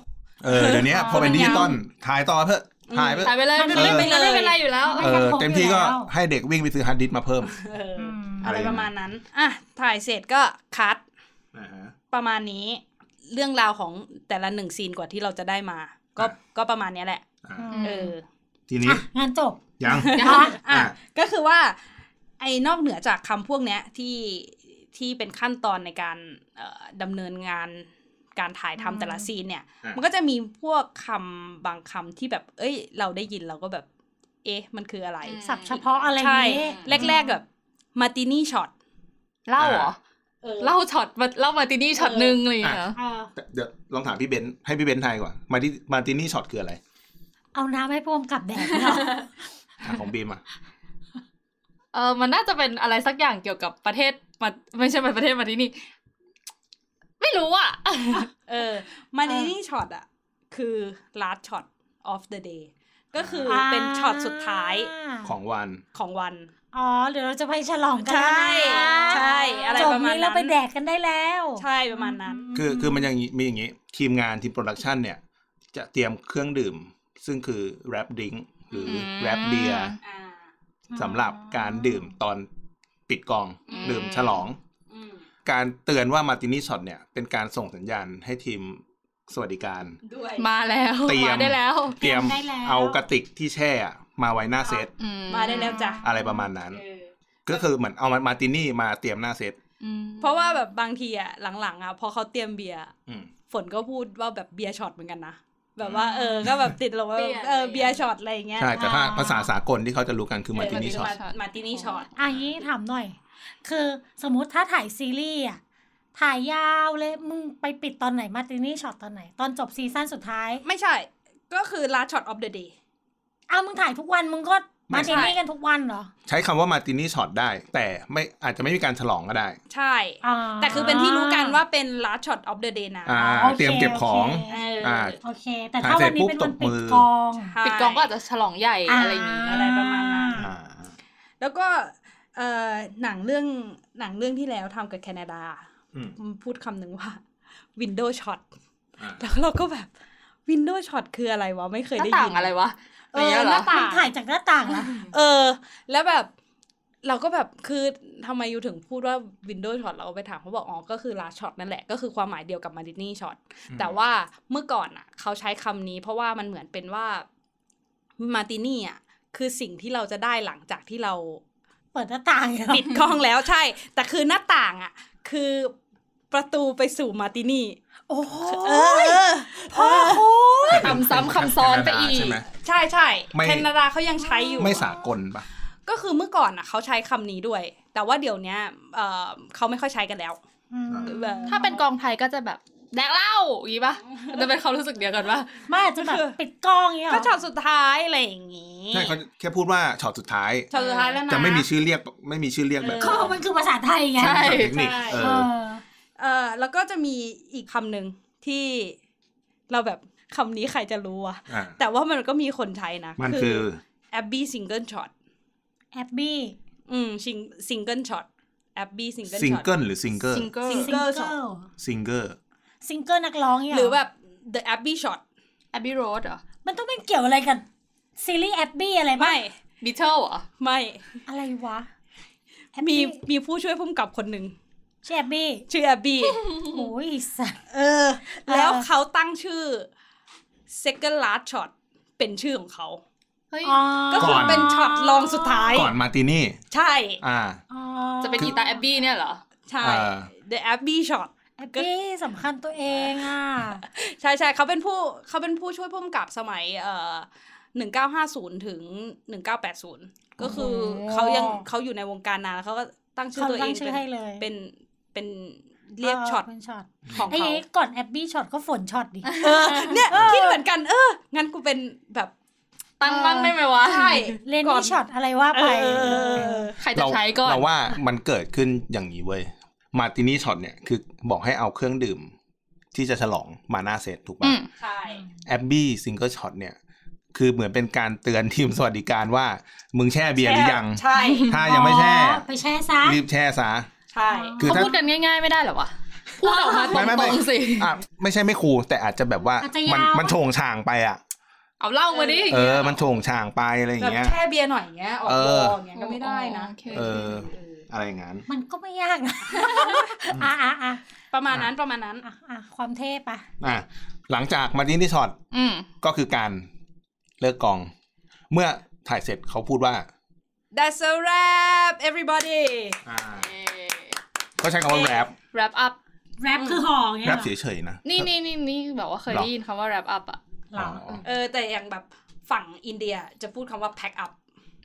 เออ เดี๋ยวนี้พอเป็นดิจิตอลถ่ายต่อเพื่อะถ่ายเพื่อะ ถ่ายไปเลย มัน ไม่ ไม่ เป็นไร เป็นไร ไม่เป็นไรอยู่แล้ว เออเต็มที่ก็ให้เด็กวิ่งไปซื้อฮาร์ดดิสก์มาเพิ่ม เอออ ม อะไรประมาณนั้น อ่ะ ถ่ายเสร็จก็คัด ประมาณนี้ เรื่องราวของแต่ละหนึ่งซีนกว่าที่เราจะได้มา ก็ อ่ะ ก็ประมาณเนี้ยแหละ อ่า อืม เออ ที อ่ะ นี้ งานจบ ยัง อ่ะอ่ะ อ่ะ ก็คือว่า ไอ้นอกเหนือจากคำพวกเนี้ยที่ที่เป็นขั้นตอนในการเอ่อดำเนินงานการถ่ายทำ อืม แต่ละซีนเนี่ย อ่ะ มันก็จะมีพวกคำบางคำที่แบบ เอ้ย เราได้ยินเราก็แบบ เอ๊ะ มันคืออะไร อืม สับเฉพาะอะไรอย่าง ใช่ นี้ แรก ๆ แบบมาตินี่ช็อต เล่าเหรอ เล่าช็อตมาเล่ามาตินี่ช็อตหนึ่งอะไรอย่างเลยเหรอ แต่เดี๋ยวลองถามพี่เบนซ์ให้พี่เบนซ์ทายก่อนมาที่มาตินี่ช็อตคืออะไร เอาน้ำให้พ่วงกับแดดเนาะ อ่ะของบีมอ่ะ เออมันน่าจะเป็นอะไรสักอย่างเกี่ยวกับประเทศมาไม่ใช่ประเทศมาตินี่ ไม่รู้อ่ะ เออ มาตินี่ช็อตอะคือ last shot of the day ก็คืออเป็นช็อตสุดท้าย ของวัน ของวัน อ๋อเดี๋ยวเราจะไปฉลองกันแล้วนะ ใช่ใช่อะไรประมาณนั้น จบเราไปแดกกันได้แล้ว ใช่ประมาณนั้น คือคือมันยังมีอย่างนี้ ทีมงานทีมโปรดักชันเนี่ย จะเตรียมเครื่องดื่ม ซึ่งคือแรปดิ้งหรือ ม แรปเบียร์ อ่า สำหรับการดื่มตอนปิดกอง อืม ดื่มฉลอง อืม การเตือนว่ามาตินี่ช็อตเนี่ย เป็นการส่งสัญญาณให้ทีมสวัสดิการ ด้วย มาแล้ว เตรียม มาได้แล้ว เตรียม ได้แล้ว เอากระติกที่แช่อะมาไว้หน้าเซต อื มาได้แล้วจ้ะ อะไรประมาณนั้น เออ ก็คือเหมือนเอามาตินี่มาเตรียมหน้าเซต อืม เพราะว่าแบบบางทีอ่ะหลังๆอ่ะพอเขาเตรียมเบียร์ อืม ฝนก็พูดว่าแบบเบียร์ช็อตเหมือนกันนะ แบบว่าเออ ก็แบบติดลงว่าเออเบียร์ช็อตอะไรอย่างเงี้ย ใช่ แต่ถ้าภาษาสากลที่เขาจะรู้กันคือมาตินี่ช็อต มาตินี่ช็อต อันนี้ถามหน่อย คือสมมติถ้าถ่ายซีรีส์อะถ่ายยาวเลยมึงไปปิดตอนไหนมาตินี่ช็อตตอนไหน ตอนจบซีซั่นสุดท้าย ไม่ใช่ ก็คือ last shot of the day อ้าวมึงถ่ายทุกวันมึงก็ ไม่ มาตินี่กันทุกวันเหรอ ใช้คำว่ามาตินี่ช็อตได้ แต่ไม่อาจจะไม่มีการฉลองก็ได้ ใช่ อ่า แต่คือเป็นที่รู้กันว่าเป็น last shot of the day นะ อ่า โอเค เตรียมเก็บของ โอเค เออ อ่า โอเค แต่ถ้าวันนี้เป็นวันปิดกอง ใช่ ปิดกองก็อาจจะฉลองใหญ่อะไรอย่างงี้ อ่า ไรประมาณนั้น อ่า แล้วก็เอ่อหนังเรื่องหนังเรื่องที่แล้วทำกับแคนาดา อืม พูดคำหนึ่งว่า window shot อ่า แล้วเราก็แบบ window shot คืออะไรวะ ไม่เค ห ย น้า ได้ ต่า ยิ ง น อะไรวะ เอ อย่าง อ เงี้ยเหรอหน้าต่าง มึงถ่ายจากหน้าต่างเหร อ เออ แล้วแบบ เราก็แบบคือทำไมยูถึงพูดว่า window shot เราก็ไปถามเขาบอกอ๋อก็คือ last shot นั่นแหละก็คือความหมายเดียวกับ m a r i n i shot แต่ว่าเมื่อก่อนอ่ะ เขาใช้คำนี้เพราะว่ามันเหมือนเป็นว่า มาตินี่อ่ะคือสิ่งที่เราจะได้หลังจากที่เรา เปิดหน้าต่างเหรอ ปิดกล้องแล้วใช่ แต่คือหน้าต่างอ่ะ คือประตูไปสู่มาร์ตินี่ โอ้โห เออเออ พ่อคุณ คำซ้ำคำซ้อนไปอีก ใช่ไหม ใช่ใช่ ไม่ แคนาดาเขายังใช้อยู่ ไม่สากลปะ ก็คือเมื่อก่อนอ่ะเขาใช้คำนี้ด้วย แต่ว่าเดี๋ยวเนี้ยเอ่อเขาไม่ค่อยใช้กันแล้ว แบบ ถ้าเป็นกองไทยก็จะแบบแดกเหล้าอย่างงี้ปะจะเป็นความรู้สึกเดียวกัน ปะ ไม่อาจจะแบบปิดกล้องอย่างเงี้ยเหร ก็ อ ช็อตสุดท้ายอะไรอย่างงี้ ใช่เขาแค่พูดว่าช็อตสุดท้าย ช็อตสุดท้ายแล้วนะ จะไม่มีชื่อเรียก ไม่มีชื่อเรียกแบบ ก็มันคือภาษาไทยไง ใช่ เทคนิคเอ เอ อ อ เออแล้วก็จะมีอีกคำหนึ่งที่เราแบบคำนี้ใครจะรู้อะ อ่า แต่ว่ามันก็มีคนใช้นะ มันคือ แอบบี้ซิงเกิลช็อต แอบบี้ อืมซิงซิงเกิลช็อตแอบบี้ซิงเกิล ซิง ช็อต เกิลหรือซิงเกิล ซิงเกิล ซิง ซิงเกิล Single ซิงเกิล ซิงเกิลนักร้องเนี่ย หรือแบบ the Abbey shot แอบบี้โรดเหรอ มันต้องเป็นเกี่ยวอะไรกับซีรีส์แอบบี้อะไรปะ ไม่ บิทเทิลเหรอ ไม่ อะไรวะ Abby มีมีผู้ช่วยผู้กำกับคนหนึ่ง ชื่อแอบบี้ ชื่อแอบบี้ โอ้ยอีสัตว์ เออ แล้ว เออ เขาตั้งชื่อ second last shot เป็นชื่อของเขา เฮ้ย ก็คื ก่ อ อน เป็นช็อตรองสุดท้าย ก่อนมาร์ตินี่ ใช่ อ่า อ๋อ จะเป็นอีตาแอบบี้เนี่ยเหรอ ใช่ อ่า the Abbey shot แอบบี้สำคัญตัวเองอ่ะ ใช่ใช่เขาเป็นผู้เขาเป็นผู้ช่วยผู้กำกับสมัยเอ่อ1950 ถึง 1980 ก็คือ โอ้โห เขายังเขาอยู่ในวงการนานแล้วเขาก็ตั้งชื่อ เขา ตัวเอ ตั้ง ง ชื่อให้เลย เป็นเป็นเรียกช็อต เป็นช็อต ของ ไอ้ เขา ไอ้ก่อนแอบบี้ช็อตก็ฝนช็อตดิ เออเนี่ยคิดเหมือนกันเออ งั้นกูเป็นแบบ ตั้งบ้างได้ไหมวะ ใช่ เลน ก่ นี่ช็อตอะไรว่าไป เออเออเออ ใครจะใช้ก่อน เราว่ามันเกิดขึ้นอย่างนี้เว้ย มาร์ตินี่ช็อตเนี่ยคือบอกให้เอาเครื่องดื่ม ที่จะฉลองมาหน้าเซตถูก อื ป่ะ ม ใช่ แอบบี้ซิงเกิลช็อตเนี่ย คือเหมือนเป็นการเตือนทีมสวัสดิการว่า มึงแช่เบียร์หรือยัง ใช่ ถ้ายังไม่แช่ อ๋อไปแช่ซะ รีบแช่ซะ ใช่ คือ เขา ถ้า พูดกันง่ายๆไม่ได้เหรอวะ พูดออกมาต ไม่ไม่ไม่ รงๆสิ อ่ะไม่ใช่ไม่ครูแต่อาจจะแบบว่า อาจจะยาว มันมันโฉงช่างไปอ่ะ เอาเหล่ามาดิ เออ มันโฉงช่างไปอะไรอ แบ ย่าง บ เงี้ย แช่เบียร์หน่อยเงี้ยออก เอ ว อ อร์เงี้ยก็ไม่ได้นะ โอเค เออ อะไรอย่างนั้น มันก็ไม่ยากนะ อ่ะอ่ะอ่ะ ประมาณนั้นประมาณนั้น อ่ะอ่ะความเท่ปะ อ่ะหลังจากมาร์ตินี่ช็อต อืม ก็คือการเลิกกอง เมื่อถ่ายเสร็จเขาพูดว่า That's a wrap everybody เขาใช้คำว่าแรป wrap up แรปคือห่อไง แรปเฉยๆนะ นี่นี่นี่นี่แบบว่าเคย หรอ ได้ยินคำว่า wrap up อ่ะ หรออ๋อ เออแต่อย่างแบบฝั่งอินเดียจะพูดคำว่า pack up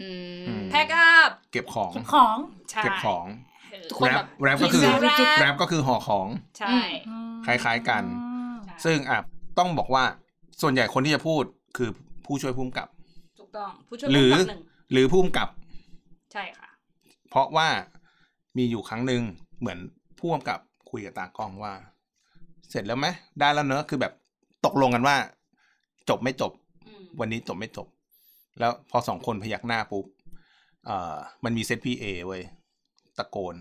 อื อื ม ม pack up เก็บของ เก็บของ ใช่ เก็บของ เออ ทุกคน แร แบ ป บ แรปก็คือ It's a wrap แรปก็คือห่อของ ใช่ อืม คล้ายๆกัน อืม ใช่ ซึ่งอ่ะต้องบอกว่าส่วนใหญ่คนที่จะพูดคือผู้ช่วยผู้กำกับ ถูกต้อง ผู้ช่วย หรือ ผู้กำกับหนึ่ง หรือผู้กำกับ ใช่ค่ะ เพราะว่ามีอยู่ครั้งหนึ่งเหมือนผู้กำกับคุยกับตากล้องว่า เสร็จแล้วไหมได้แล้วเนอะคือแบบตกลงกันว่า จบไม่จบ อืม วันนี้จบไม่จบ แล้วพอสองคนพยักหน้าปุ๊บเอ่อมันมีเซตพีเอเว้ย ตะโกน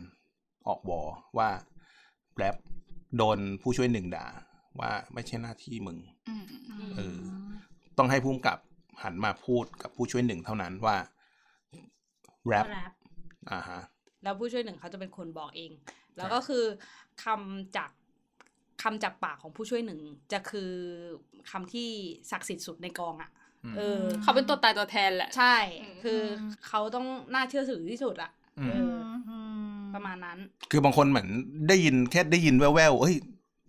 ออกบอว่าแรปโดนผู้ช่วยหนึ่งด่า ว่าไม่ใช่หน้าที่มึง อืม เออ ต้องให้ผู้กำกับหันมาพูดกับผู้ช่วยหนึ่งเท่านั้นว่าแรป แรป อ่าฮะ แล้วผู้ช่วยหนึ่งเขาจะเป็นคนบอกเอง แล้วก็คือคำจากคำจากปากของผู้ช่วยหนึ่งจะคือคำที่ศักดิ์สิทธิ์สุดในกองอ่ะ อืม เออ เขาเป็นตัวตายตัวแทนแหละ ใช่ อืม คือเขาต้องน่าเชื่อถือที่สุดอะ อืม เอ อื อ มอืม ประมาณนั้น คือบางคนเหมือนได้ยินแค่ได้ยินแว่วๆเอ้ย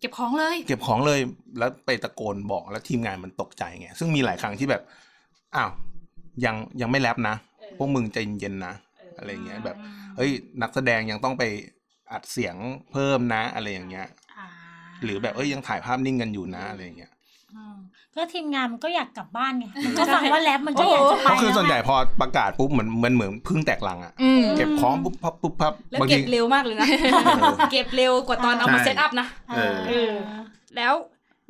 เก็บของเลย เก็บของเลย แล้วไปตะโกนบอกแล้วทีมงานมันตกใจไง ซึ่งมีหลายครั้งที่แบบ อ้าว ยังยังไม่แรปนะ เออ พวกมึงใจเย็นๆนะ อะไรอย่างเงี้ยแบบ เฮ้ย นักแสดงยังต้องไปอัดเสียงเพิ่มนะ อะไรอย่างเงี้ย อ่า หรือแบบเอ้ยยังถ่ายภาพนิ่งกันอยู่นะอะไรอย่างเงี้ย อืมก็ทีมงานมันก็อยากกลับบ้านไงมันก็ฟังว่าแรปมันก็อยากจะไป ก็คือส่วนใหญ่ แล้ พอประกาศปุ๊บเหมือนเหมือนเหมือนเพึ่งแตกลังอะ อืม เก็บของปุ๊บพับปุ๊บพับ แล้ว บาง เก็ ที บเร็วมากเลยนะ อ เก็บเร็วกว่าตอนเอามา ใช่ เซตอัพวนะนะ เออ แล้ว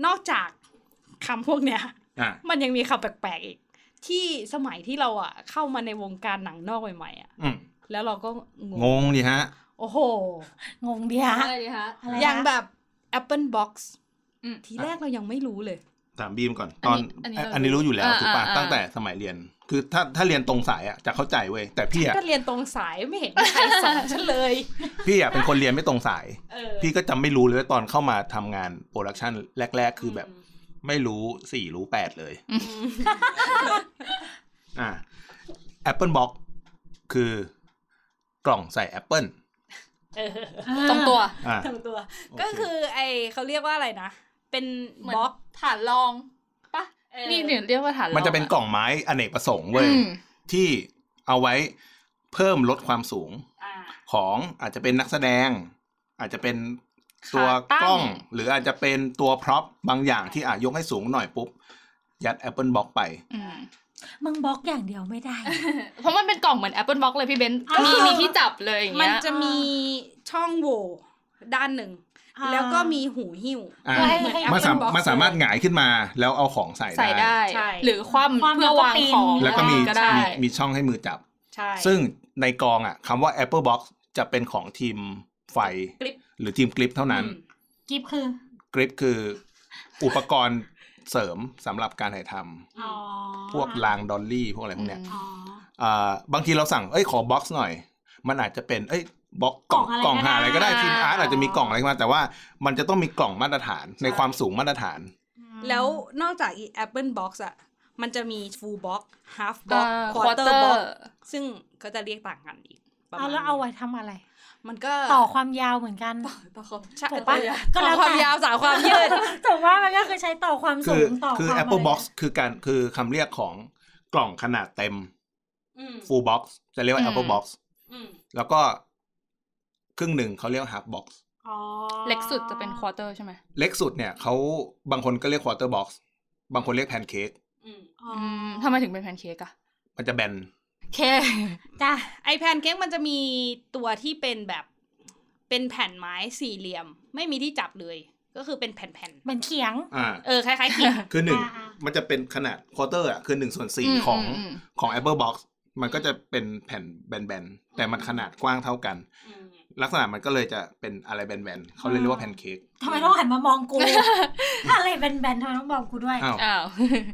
นอกจากคำพวกเนี้ย อ่ะ มันยังมีคำแปลกๆอีก ที่สมัยที่เราอ่ะ เข้ามาในวงการหนังนอกใหม่ๆอ่ะ อืม แล้วเราก็ง ง ง งดิฮะ โอ้โห งงดีฮะ อะไรดีฮะ อะไรนะ อย่างแบบ Apple Box อืม ทีแรกเรายังไม่รู้เลย ถามบีมก่อน อั ตอน น นี้อันนี้เรา อันนี้รู้อยู่แล้ว อ่า ถูกป่ะ อ่า ตั้งแต่สมัยเรียน คือถ้าถ้าเรียนตรงสายอ่ะจะเข้าใจเว้ยแต่พี่อ่ะ ก็เรียนตรงสายไม่เห็นมีใครสอนฉันเลย พี่อ่ะเป็นคนเรียนไม่ตรงสาย เออ พี่ก็จำไม่รู้เลยว่าตอนเข้ามาทำงานโปรดักชันแรก ๆ คือแบบไม่รู้สี่รู้แปดเลย อืม อ่า Apple Box คือกล่องใส่ Apple เออ ตรงตัว อ่า ทั้งตัว โอเค ก็คือไอเขาเรียกว่าอะไรนะ เป็น เหมือน บล็อก ฐานรองปะ เออ นี่เดี๋ยวเรียกว่าฐานรอง มันจะเป็นกล่องไม้อเนกประสงค์เว้ย อืม ที่เอาไว้เพิ่มลดความสูง อ่า ของอาจจะเป็นนักแสดง อาจจะเป็นตัว ขาตั้ กล้อง หรืออาจจะเป็นตัวพร็อพบางอย่างที่อาจยกให้สูงหน่อยปุ๊บ ยัด Apple Box ไป อืม มึงบล็อกอย่างเดียวไม่ได้ เพราะมันเป็นกล่องเหมือน Apple Box เลยพี่เบนซ์ อ้าว มีมีที่จับเลยอย่าง มั เงี้ น ย จะมีช่องโหว่ด้านหนึ่ง แล้วก็มีหูหิ้ว อ่า ให้ เหมือน ให้ Apple มันสาม Box มันสามารถหงายขึ้นมาแล้วเอาของใส่ ใส่ได้ ใช่ หรือคว่ คว่ำ ำเพื่อวาง แล้วก็ปีน ของ แล้วก็มี ก็ได้ มีมีช่องให้มือจับ ใช่ ซึ่งในกองอ่ะคำว่า Apple Box จะเป็นของทีมไฟ กริป หรือทีมกริปเท่านั้น อืม กิฟคือ กริปคืออุปกรณ์ เสริมสำหรับการถ่ายทำ อ๋อ พวกรางดอลลี่พวกอะไรพวกเนี้ย อ๋อ อ่าบางทีเราสั่ง เอ้ย ขอบ็อกซ์หน่อย มันอาจจะเป็น เอ้ย บ็อกกล่อง ก ก ล่ ล่ อ อง ง อะไรก็ได้ หาอะไรก็ได้ทีมอาร์ตอาจจะมีกล่องอะไรมาแต่ว่ามันจะต้องมีกล่องมาตรฐานใน ใช่ ความสูงมาตรฐาน แล้วนอกจากอี Apple Box อะมันจะมี full box half box อ่า quarter quarter box ซึ่งก็จะเรียกต่างกันอีกประ เอา มาณ แล้วเอาไว้ทำอะไร มันก็ ต่อความยาวเหมือนกัน ต่อความ ใช่ ถูกปะก็ ก็ แล้ แล้ว ว แต่ ความยาวสาวความยืด แต่ว่ามันก็คือใช้ต่อความ คื สู อง ต่อ คือ ความ Apple ะไร Box คือการคือคำเรียกของกล่องขนาดเต็ม full box จะเรียกว่า Apple Box แล้วก็ครึ่งหนึ่งเขาเรียกว่า half box อ๋อ เล็กสุดจะเป็นควอเตอร์ใช่ไหม เล็กสุดเนี่ยเขาบางคนก็เรียก quarter box บางคนเรียกแพนเค้ก อ๋อ อืมทำไมถึงเป็นแพนเค้กอะ มันจะแบน เค จ้ะ ไอแพนเค้กมันจะมีตัวที่เป็นแบบเป็นแผ่นไม้สี่เหลี่ยม ไม่มีที่จับเลย ก็คือเป็นแผ่น เหมือนเขียง อ่า ๆ เออ คล้ายๆเค้ก คือหนึ่ง อ่า มันจะเป็นขนาด quarter อ่ะคือหนึ่งส่วนสี่ อืม ของ อืม ของ Apple Box มันก็จะเป็นแผ่นแบนๆ แต่มันขนาดกว้างเท่ากัน ลักษณะมันก็เลยจะเป็นอะไรแบนๆเขาเลยเรียกว่าแพนเค้ก ทำไมต้องหันมามองกู อะไรแบนๆทำไมต้องมองกูด้วย อ้าว อ้าว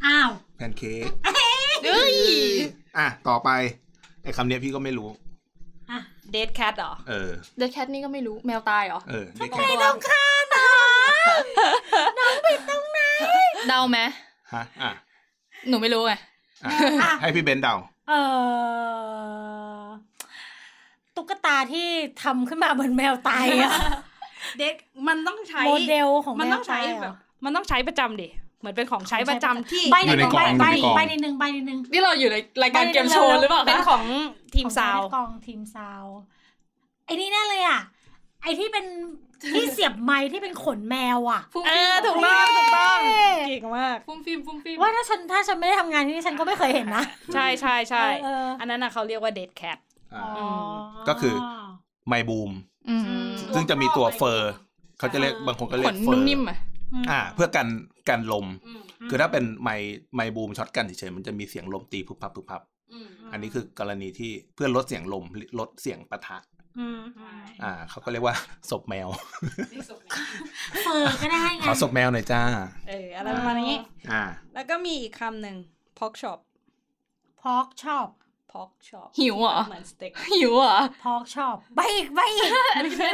อ้าว แพนเค้ก เอ้ย อ่ะ ต่อไปไอ้คำเนี้ยพี่ก็ไม่รู้ เดทแคทหรอ เออ เดอะแคทนี่ก็ไม่รู้แมวตายเหรอ เออ ทำไม นี่แค่ ต้องฆ่านะ เดาไหม ฮะอ่ะ หนูไม่รู้ไง อ่ะ ให้พี่เบนเดา เออตุ๊กตาที่ทำขึ้นมาเหมือนแมวตาย อะ เดทมันต้องใช้ โมเดลของ มัน แม ต้ ว องใช้ ตาย แบ แบบ บ มันต้องใช้ประจำดิ เหมือนเป็นของใช้ประจำที่ ใบ อ ห ยู่ นึ่ ใน ง กล่องใบใบ อยู่ในกล่อง ใบนิดนึงใบนิดนึง นี่เราอยู่ในรายการเกมโชว์หรือเปล่า เป็น คะ ของทีม ของ ซาว แม่กองทีมซาวไอ้นี่แน่เลยอ่ะ ไอ้ที่เป็นที่เสียบไม้ที่เป็นขนแมวอ่ะ ฟุ้ง เอ ฟิ้มอถูกต้องถูกต้อง เย้ เก่งมาก ฟุ้งฟิล์มฟุ้งฟิล์ม ว่าถ้าฉันถ้าฉันไม่ได้ทำงานที่นี่ฉันก็ไม่เคยเห็นนะ ใช่ใช่ใช่ เออ อันนั้นน่ะเขาเรียกว่าเดทแคท อ่า เอออ๋อ ก็คือ ไมบูม อืม ตัว ซึ่งจะมีตัว ครอบ เฟอร์เขาจะเรียกบางคนก็เรี ข ย น กเฟอ นุ่ม ร์ นิ่มอ่ะ ม อ่า เพื่อกันกันลม ม คือถ้าเป็นไมค์ไมค์บูมช็อตกันเฉยๆมันจะมีเสียงลมตีพุบพับพุบพับ อันนี้คือกรณีที่เพื่อลดเสียงลมลดเสียงปะทะ อืมอืม อ่าเขาก็เรียกว่า ศพแมว เฟอร์ก็ได้ไง ขอศพแมวหน่อยจ้า เอออะไรประมาณนี้ อ่า แล้วก็มีอีกคำหนึ่ง pork shop พอกชอบ pork shop หิวเหรอ เหมือนสเต็ก หิวเหรอ พอกชอบไปอีกไปอีก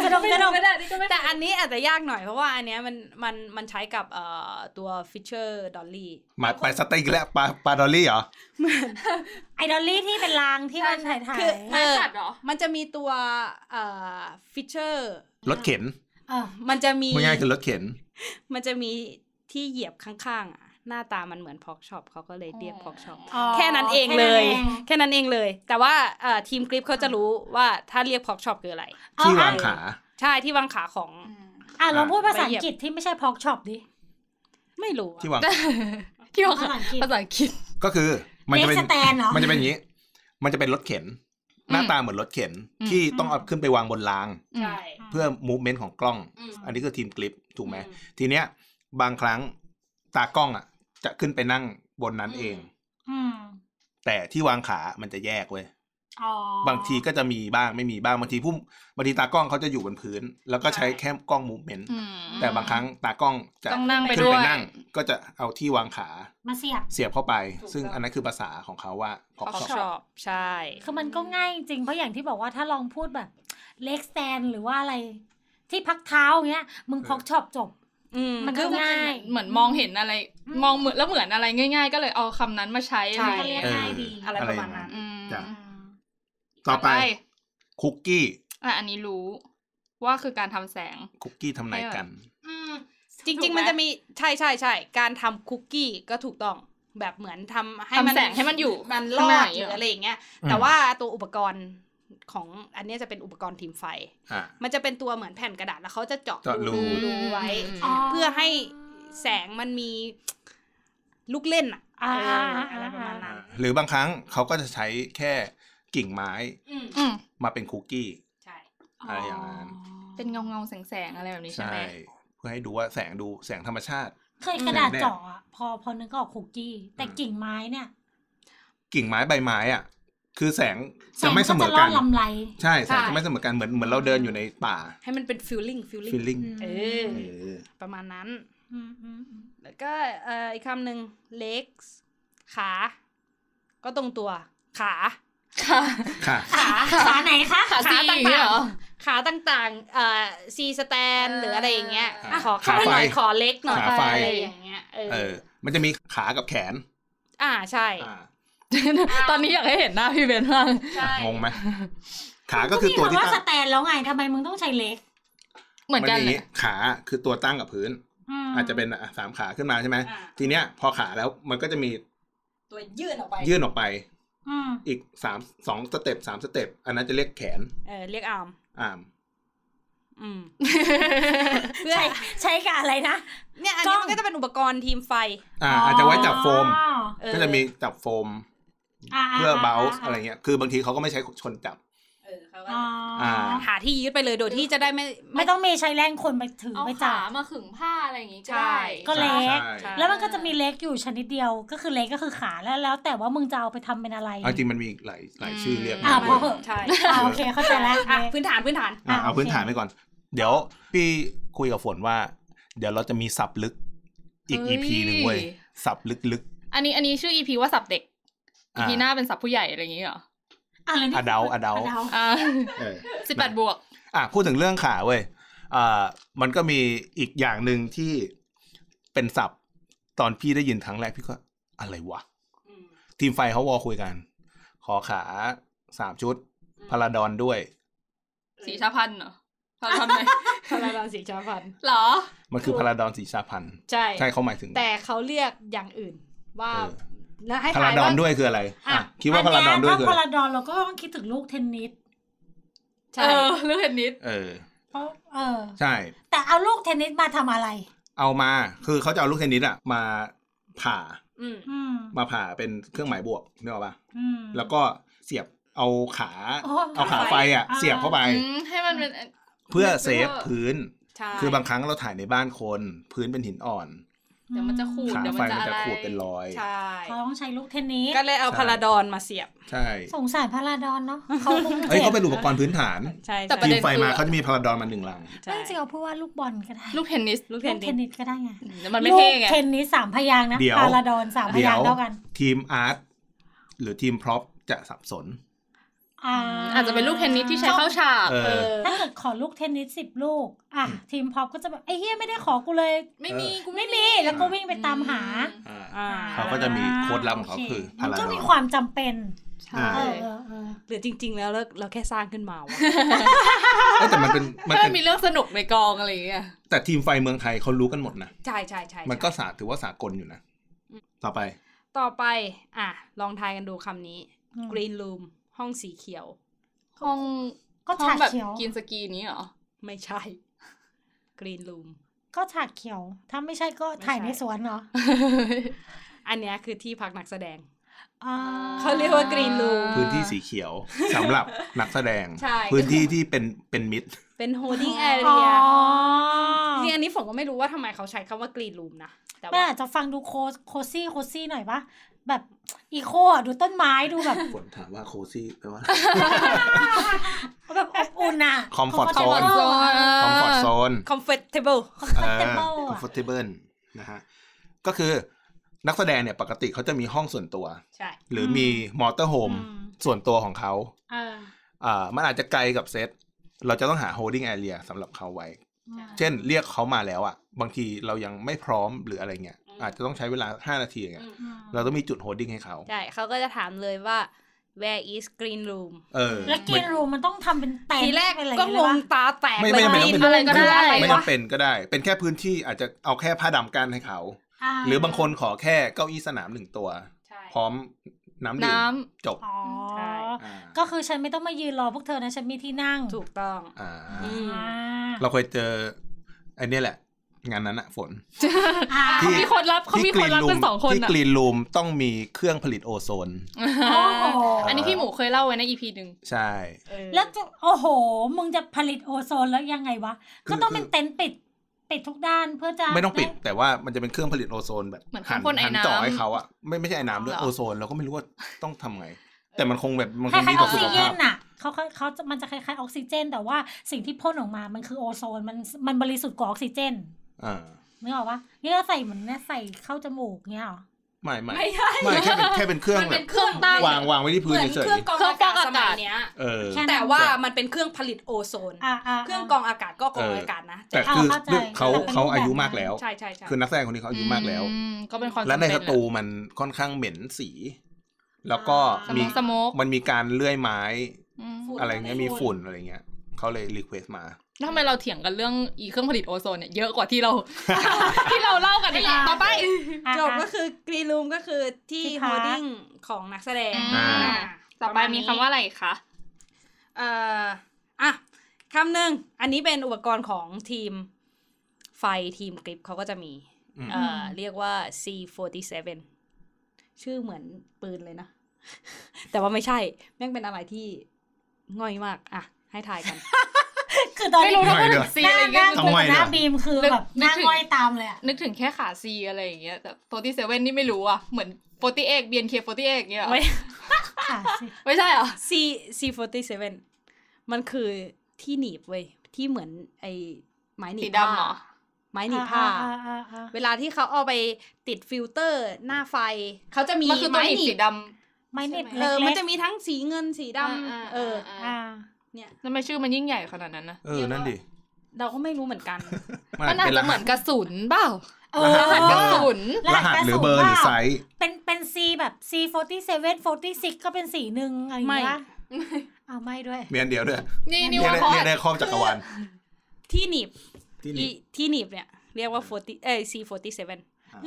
กระดงกระดง ไม่ได้นี่ก็ไม่ แต่อันนี้อาจจะยากหน่อยเพราะว่าอันเนี้ยมันมันมันใช้กับเอ่อตัวฟิชเชอร์ดอลลี่ มาไปสเต็กอีกแล้วปลาปลาดอลลี่เหรอ ไอดอลลี่ที่เป็นรางที่มันถ่ายถ่าย คือเอ ไม้ อ สัตว์เหรอ มันจะมีตัวเอ่อฟิชเชอร์ รถเข็น เออ มันจะมี พูดง่ายๆคือรถเข็น มันจะมีที่เหยียบข้างๆอะหน้าตามันเหมือนพอกช็อปเขาก็เลยเรียกพอกช็อป อ๋อ แค่นั้นเองเลย แค่นั้นเองเลย แต่ว่าเอ่อทีมกริปเขาจะรู้ว่าถ้าเรียกพอกช็อปคืออะไร ที่วางขา ใช่ที่วางขาของ อืม อ่ะลองพูดภาษาอังกฤษที่ไม่ใช่พอกชอบดิ ไม่รู้อะ ที่วาง ที่ว่า ภาษาอังกฤษ ภาษาอังกฤษ ก็คือ มันจะเป็น Leg stand เหรอ มันจะเป็นอย่างนี้ มันจะเป็นรถเข็น หน้าตาเหมือนรถเข็น อืม ที่ต้องเอาขึ้นไปวางบนราง อืม ใช่ เพื่อมูฟเมนต์ของกล้อง อืม อันนี้คือทีมกลิปถูกไหม ทีเนี้ยบางครั้งตากล้องอ่ะ จะขึ้นไปนั่งบนนั้นเอง อืม แต่ที่วางขามันจะแยกเว้ย อ๋อ บางทีก็จะมีบ้างไม่มีบ้างบางทีผู้บางทีตากล้องเขาจะอยู่บนพื้น แล้วก็ใช้แค่กล้องมูฟเมนต์ อืม แต่บางครั้งตากล้องจะ ต้องนั่งไป ขึ้น ด้วย นั่ง ก็จะเอาที่วางขา มาเสียบ เสียบเข้าไป ถูก ซึ่ง ต้อง อันนั้นคือภาษาของเขาว่าพ พ อ อก ก ช็อปใช่ คือมันก็ง่ายจริง เพราะอย่างที่บอกว่าถ้าลองพูดแบบเล็กแซนหรือว่าอะไร ที่พักเท้าเงี้ย มึงพอกชอบจบ อืม มันก็ คือ ง่าย เหมือนมองเห็นอะไร อืม มองเหมือนแล้วเหมือนอะไรง่าย ๆ ก็เลยเอาคำนั้นมาใช้ ใช่ อะไร ก็ อย่าง เรีเงี้ยยกง่ายดี อะไรประมาณนั้น อืม จ้ะ อืม ต่อไปคุกกี้ อ่ะอันนี้รู้ ว่าคือการทำแสง คุกกี้ทำนายกัน อืม จ ถู ริ ก ง ไหม ๆ มันจะมีใช่ใช่ใช่การทำคุกกี้ก็ถูกต้องแบบเหมือนทำให้มั ทำ น แสงให้มันอยู่ มันร ข้าง อ หา ดหรืออะไรอย่างเงี้ย อืม แต่ว่าตัวอุปกรณ์ของอันเนี้ยจะเป็นอุปกรณ์ทีมไฟ อ่ะ มันจะเป็นตัวเหมือนแผ่นกระดาษแล้วเขาจะเจาะ เจาะรู รูไว้ อ๋อ เพื่อให้แสงมันมีลูกเล่นอะ อ่า เอออะไรประมาณ อ่ะ นั้น หรือบางครั้งเขาก็จะใช้แค่กิ่งไม้ อืม อืม มาเป็นคุกกี้ ใช่ อะไรอย่างนั้น เป็นเงาเงาๆแสงแสงๆอะไรแบบนี้ใช่ ใช่ ไหม เพื่อให้ดูว่าแสงดูแสงธรรมชาติ เคยกระดาษเจาะอะพอพอนึกออกคุกกี้ แต่กิ่งไม้เนี่ย กิ่งไม้ใบไม้อ่ะ คือแสงจะไม่เสมอกัน แสงจะล่ลำไร ใช่แสง ใช่ จะไม่เสมอกันเหมือนเหมือนเราเดินอยู่ในป่า ให้มันเป็นฟิลลิ่งฟิลลิ่ง ฟีลลิ่ง เออ เออ ประมาณนั้น อืมอืมอืม แล้วก็เอ่ออีกคำหนึ่ง legs ขา ก็ตรงตัว ขา ค่ะ ค่ะ ขา ขาไหนคะ ขาซีอย่างเงี้ยเหรอ ขาต่างๆเอ่อ C stand เออ หรืออะไรอย่างเงี้ย อ่ะ ขอ ขา ขาหน่อย ไฟ ขอเล็กหน่อย ขาไฟ อะไรอย่างเงี้ยเอ เอออมันจะมีขากับแขน อ่าใช่ อ่า ตอนนี้อยากให้เห็นหน้าพี่เบนซ์มาก ใช่ งงไหมขาก็คือตัว มี ที่ คำว่า ตั้ ส ง แตนแล้วไงทำไมมึงต้องใช้เล็ก เหมือนกัน ย่าง เล งี้ ย ขาคือตัวตั้งกับพื้น ม อาจจะเป็นอ่ะสามขาขึ้นมาใช่ไหม อ่ะ ทีเนี้ยพอขาแล้วมันก็จะมี ตัวยื่นออกไป ยื่นออกไป อืม อีกสามสองสเต็ปสามสเต็ปอันนั้นจะเรียกแขน เออเรียกอาร์ม อ่าม อื ม ใช่ใช้กับอะไรนะ เนี่ยอัน กล้ นี้ อง มันก็จะเป็นอุปกรณ์ทีมไฟ อ่าอาจจะไว้จับโฟม อ๋อ เออ ก็จะมีจับโฟม า เพื่อเบล า ส์อะไรเงี้ย คือบางทีเขาก็ไม่ใช้ชนจับ เออเขา อ๋ออา หาที่ยืดไปเลยโดยที่จะได้ไม่ ไม่ต้องมีใช้แรงคนไปถือ เอา ไปจั ขา บ มาขึงผ้าอะไรอย่างงี้ก็ ใช่ ได้ ก็เล็ก ใช่ ใช่ ใช่ แล้วมันก็จะมีเล็กอยู่ชนิดเดียวก็คือเล็กก็คือขาแล้วแล้ว แต่ว่ามึงจะเอาไปทำเป็นอะไร เอาจริงมันมีอีกหลายหลายชื่อเรียก อ่า ด้ พ ว อย เหอะ ใช่ อ่าโอเคเข้าใจแล้ว อ่ะ เล็ก พื้นฐานพื้นฐาน อ่ะเอา โอเค พื้นฐานไปก่อน เดี๋ยวพี่คุยกับฝนว่า เดี๋ยวเราจะมีสับลึกอีก เฮ้ย EP หนึ่งเว้ยสับลึก อันนี้อันนี้ชื่อ EP ว่าสับเด็ก ๆ EP หน้าเป็นสับผู้ใหญ่อะไรอย่างงี้เหรอ อะไรนะ Adult Adult อ่า เออ สิบแปดบวก อ่ะพูดถึงเรื่องขาเว้ยอ่ามันก็มีอีกอย่างหนึ่งที่เป็นสับตอนพี่ได้ยินครั้งแรกพี่ก็อะไรวะ ทีมไฟเขาวอลคุยกัน ขอขาสามชุดพาราดอนด้วย สีชาพันธ์เหรอพันธ์ทำไม พาราดอนสีชาพันธุ์ เหรอ มันคือพาราดอนสีชาพันธุ์ ใช่ ใช่เขาหมายถึง แต่เขาเรียกอย่างอื่นว่า เออ แล้วให้ พารา ทาย ดอน ว่า ด้วยคืออะไร อ่ะ อ่ะคิดว่าพาราดอนด้วย เย คือ ถ้าพา อะไร ราดอนเราก็ต้องคิดถึงลูกเทนนิส ใช่ เออเรื่องเทนนิส เออ เพราะเออ ใช่ แต่เอาลูกเทนนิสมาทำอะไร เอามาคือเขาจะเอาลูกเทนนิสอะมาผ่า อืม อืม มาผ่าเป็นเครื่องหมายบวกนึกออกปะ อืม แล้วก็เสียบเอาขา โอ้ เอาขาไฟอะ อ่า เสียบเข้าไป อืมให้มันเป็น เพื่อเซฟ เพื่อ พื้น ใช่ คือบางครั้งเราถ่ายในบ้านคน พื้นเป็นหินอ่อน เดี๋ยวมันจะขูด ขา เดี๋ยว ไฟ มันจะ มัน อะ จะ ไร ขูดเป็นรอย ใช่ เขาต้องใช้ลูกเทนนิส ก็เลยเอา ใช่ พาราดอนมาเสียบ ใช่ สงสารพาราดอนเนาะเขาคง เอ้ย เจ็ เขา บ เป็นอุปกรณ์พื้นฐาน ใช่ แต่ประ ที เด็ ม น ไฟมาเขาจะมีพาราดอนมาหนึ่งลัง ใช่ ไม่จริงเอาพูดว่าลูกบอลก็ได้ ลูกเทนนิส ลูก ลูก เทน เท นิ น ส นิสก็ได้ไง มันไม่เท่ ลูก ไง เทนนิสสามพยางค์นะ เดี๋ยว พาราดอนสามพ เดี๋ ยายวงค์เท่ากัน ทีมอาร์ตหรือทีมพร็อพจะสับสน อ่า อาจจะเป็นลูกเทนนิสที่ใช้เข้าฉาก เอ เอ อ อ ถ้าเกิดขอลูกเทนนิสสิบลูก อ่ะ ทีมพร็อพก็จะแบบไอ้เฮียไม่ได้ขอกูเลย ไม่มีกู ไม่มีแล้วก็วิ่งไปตามหา อ่า อ่า เขาก็จะมีโค้ดลับของเขาคือพา มัน รา ก็ ดอ มี น ความจำเป็น ใช่ อ่า เออเออเออ หรือจริง ๆ แล้วเราเราแค่สร้างขึ้นมาว่ะ เอ้ยแต่มันเป็นมัน ถ้ามัเป็น น มีเรื่องสนุกในกองอะไรอย่างเงี้ย แต่ทีมไฟเมืองไทยเขารู้กันหมดนะ ใช่ใช่ใช่ มันก็สาถือว่าสากลอยู่นะ ต่อไป ต่อไป อ่ะ ลองทายกันดูคำนี้ อืม green room ห้องสีเขียว ห้อง ก็ ห้อ ฉาง ก แบบ เขียว กินสกีนี้เหรอ ไม่ใช่ green room ก็ฉากเขียว ถ้าไม่ใช่ก็ถ่ายในสวนเนาะ อันเนี้ยคือที่พักนักแสดง อ่า เขาเรียกว่า green room พื้นที่สีเขียวสำหรับ นักแสดง ใช่ พื้นที่ที่เป็นเป็นมิด เป็น holding อ๋อ area จริงๆอันนี้ผมก็ไม่รู้ว่าทำไมเขาใช้คำว่ากรีนรูมนะ แต่ มัน ว่า อาจจะฟังดูโคโคซี่โคซี่หน่อยปะแบบอีโคอ่ะดูต้นไม้ดูแบบ ฝนถามว่าโคซี่แปลว่า แบบอบอุ่นอ่ะ Comfort Comfort comfortable ะ zone คอมฟอร์ z โซน comfortable comfortable คอม อ่ะ ฟอร์ทเบิลนะฮะ ก็คือนักแสดงเนี่ยปกติเขาจะมีห้องส่วนตัว ใช่ หรือมีมอเตอร์โฮมส่วนตัวของเขา อ่า อ่ามันอาจจะไกลกับเซต เราจะต้องหา holding area สำหรับเขาไว้ เช่นเรียกเขามาแล้วอะบางทีเรายังไม่พร้อมหรืออะไรเงี้ย อาจจะต้องใช้เวลา 5 นาทีอย่างเงี้ย เราต้องมีจุด holding ให้เขา ใช่เขาก็จะถามเลยว่า where is green room เออ แล้วกินรูมมันต้องทำเป็นเต็น ที ท์ แรก เป็นอะไร ก็งง วะ ตาแตก ไม่ เล ไม่ ย จำ ว่า เป็น นี่ ต้องเป็น อะไรก็ได้ อะไร ม่จำเป็นก็ได้ เป็นแค่พื้นที่อาจจะเอาแค่ผ้าดำกันให้เขา า หรือบางคนขอแค่เก้าอี้สนามหนึ่งตัว ใช่ พร้อมน้ำดื่ม น้ำ จบ อ๋อ ใช่ อ่า ก็คือฉันไม่ต้องมายืนรอพวกเธอนะฉันมีที่นั่ง ถูกต้อง อ่า อืม อ่า เราเคยเจอไอ้เนี่ยแหละ งานนั้นอะฝน อ่า ที่ เขามีคนรับเขามีคนรับ รู กันสองคน ที่ อ่ะ กรีนรูมต้องมีเครื่องผลิตโอโซน โอ้โห อันนี้พี่หมูเคยเล่าไว้ใน EP หนึ่ง ใช่ เออ แล้วจะโอ้โห มึงจะผลิตโอโซนแล้วยังไงวะ คือ ก็ต้องเป็นเต็นท์ปิดปิดทุกด้านเพื่อจะ ไม่ต้องปิด แต่ว่ามันจะเป็นเครื่องผลิตโอโซนแบบ เหมือนเครื่องพ่นไอน้ำ จ่อให้เขาอะไม่ไม่ใช่ไอ้น้ำด้วย เหรอ โอโซนเราก็ไม่รู้ว่าต้องทำไง แต่มันคงแบบมัน ค คง ล้า ดี ยๆอ ต่อ อก สุ ซิ ข เจ ภาพ นน่ะเขาเขาเขาจะมันจะคล้ายๆออกซิเจน แต่ว่าสิ่งที่พ่นออกมามันคือโอโซนมันมันบริสุทธิ์กว่าออกซิเจน อ่า นึกออกปะนี่เราใส่เหมือนเนี่ยใส่เข้าจมูกเนี่ยเหรอ ไม่ไม่ ไม่ใช่ ไม่แค่เป็นแค่เป็นเครื่อง มัน แบ เป็ บ นเครื่องตั้ง วางวางไว้ที่ เห พื้น มือน เฉย เครื่องกรอง เครื่องกร อากาองศส อากาศ มัยเนี้ย ๆเออ แค่นั้น แต่ว่ามันเป็นเครื่องผลิตโอโซน อ่ะอ่ะ เครื่องกรองอากาศก็กรองอากาศนะ แต่ แต่ คือ เอาเข้าใจ ด้วยเขา แต่เป็น เขา รูปแบบ อายุมากแล้ว ใช่ใช่ใช่ คือนักแสดงคนนี้เขาอายุมากแล้ว อืมก็เป็นความ และใน จำ ส เป็ ตูมันค่อนข้างเหม็นสี แล้วก็ สม มี องสโมก มันมีการเลื่อยไม้ อืม อะไรเงี้ยมีฝุ่นอะไรเงี้ยเขาเลยรีเควสมา แล้วทำไมเราเถียงกันเรื่องอีเครื่องผลิตโอโซนเนี่ยเยอะกว่า ที่เรา ที่เราเล่ากันอีกต่อไป อ่ะ จบก็ อ่ะ คือกรีนรูมก็คือที่ ที่ โฮ พัก ดดิ้งของนักแสดง อ่า อ่า ต่อไปมีคำว่าอะไรคะ เอ่ออ่ะคำหนึ่งอันนี้เป็นอุปกรณ์ของทีมไฟทีมกริปเขาก็จะมี อืม เอ่อเรียกว่า C47 ชื่อเหมือนปืนเลยนะ แต่ว่าไม่ใช่ แม่งเป็นอะไรที่ง่อยมากอ่ะ ให้ทายกัน คือตอน ไม่ นี้ รู้ ห ถ้าพูดน้าถึงซีอะไร ห เงี้ น้าย กูกับหน้า ทำไมเนี่ย บีมคือ นึก แบบหน้า นึกถึง ง่อยตามเลยอ่ะ นึกถึงแค่ขาซีอะไรอย่างเงี้ยแต่โฟตี้เซเว่นนี่ไม่รู้อ่ะ เหมือนโฟตี้เอ็กเบียนเคโฟตี้เอ็กเงี้ยเหรอ ไม่ ค่ะสิ ไม่ใช่เหรอ C C47 มันคือที่หนีบเว้ย ที่เหมือนไอ้ไม้หนี สี บ ดำ ผ้า เหรอ ไม้หนีบผ้า อ่อ่อ่อ่า เวลาที่เขาเอาไปติดฟิลเตอร์หน้าไฟ เขาจะมี มันคือตัว ไม้ หนีบ หนี สี บ ด ไม่เน็ต เอ เล็ อก มันจะมีทั้งสีเงินสีด อ่าอ่า ำเออ อ่า อ่า เนี่ย ำทำไมชื่อมันยิ่งใหญ่ขนาดนั้นนะ เออ นั่นดิ เราก็ไม่รู้เหมือนกัน ไม่ มันอาจ เป็นร จะเหมือหัส นกระสุนเปล่า เอ รหัส ก เบ ระ อ สุน รหัสหรือเบอร์หรือไซส์ เป็นเป็น C แบบ C 47 46ก็เป็นสีหนึ่งอะไรอย่างเงี้ยเอาไม่ด้วย เมียนเดียวด้วย นี่นี่ เมียน ว่าเขาได้เมีย อาจ นได้ครอบจักรวาล ที่หนีบ ที่ อี นี่ ที่หนีบเนี่ย เรียกว่า40เอ้ย C47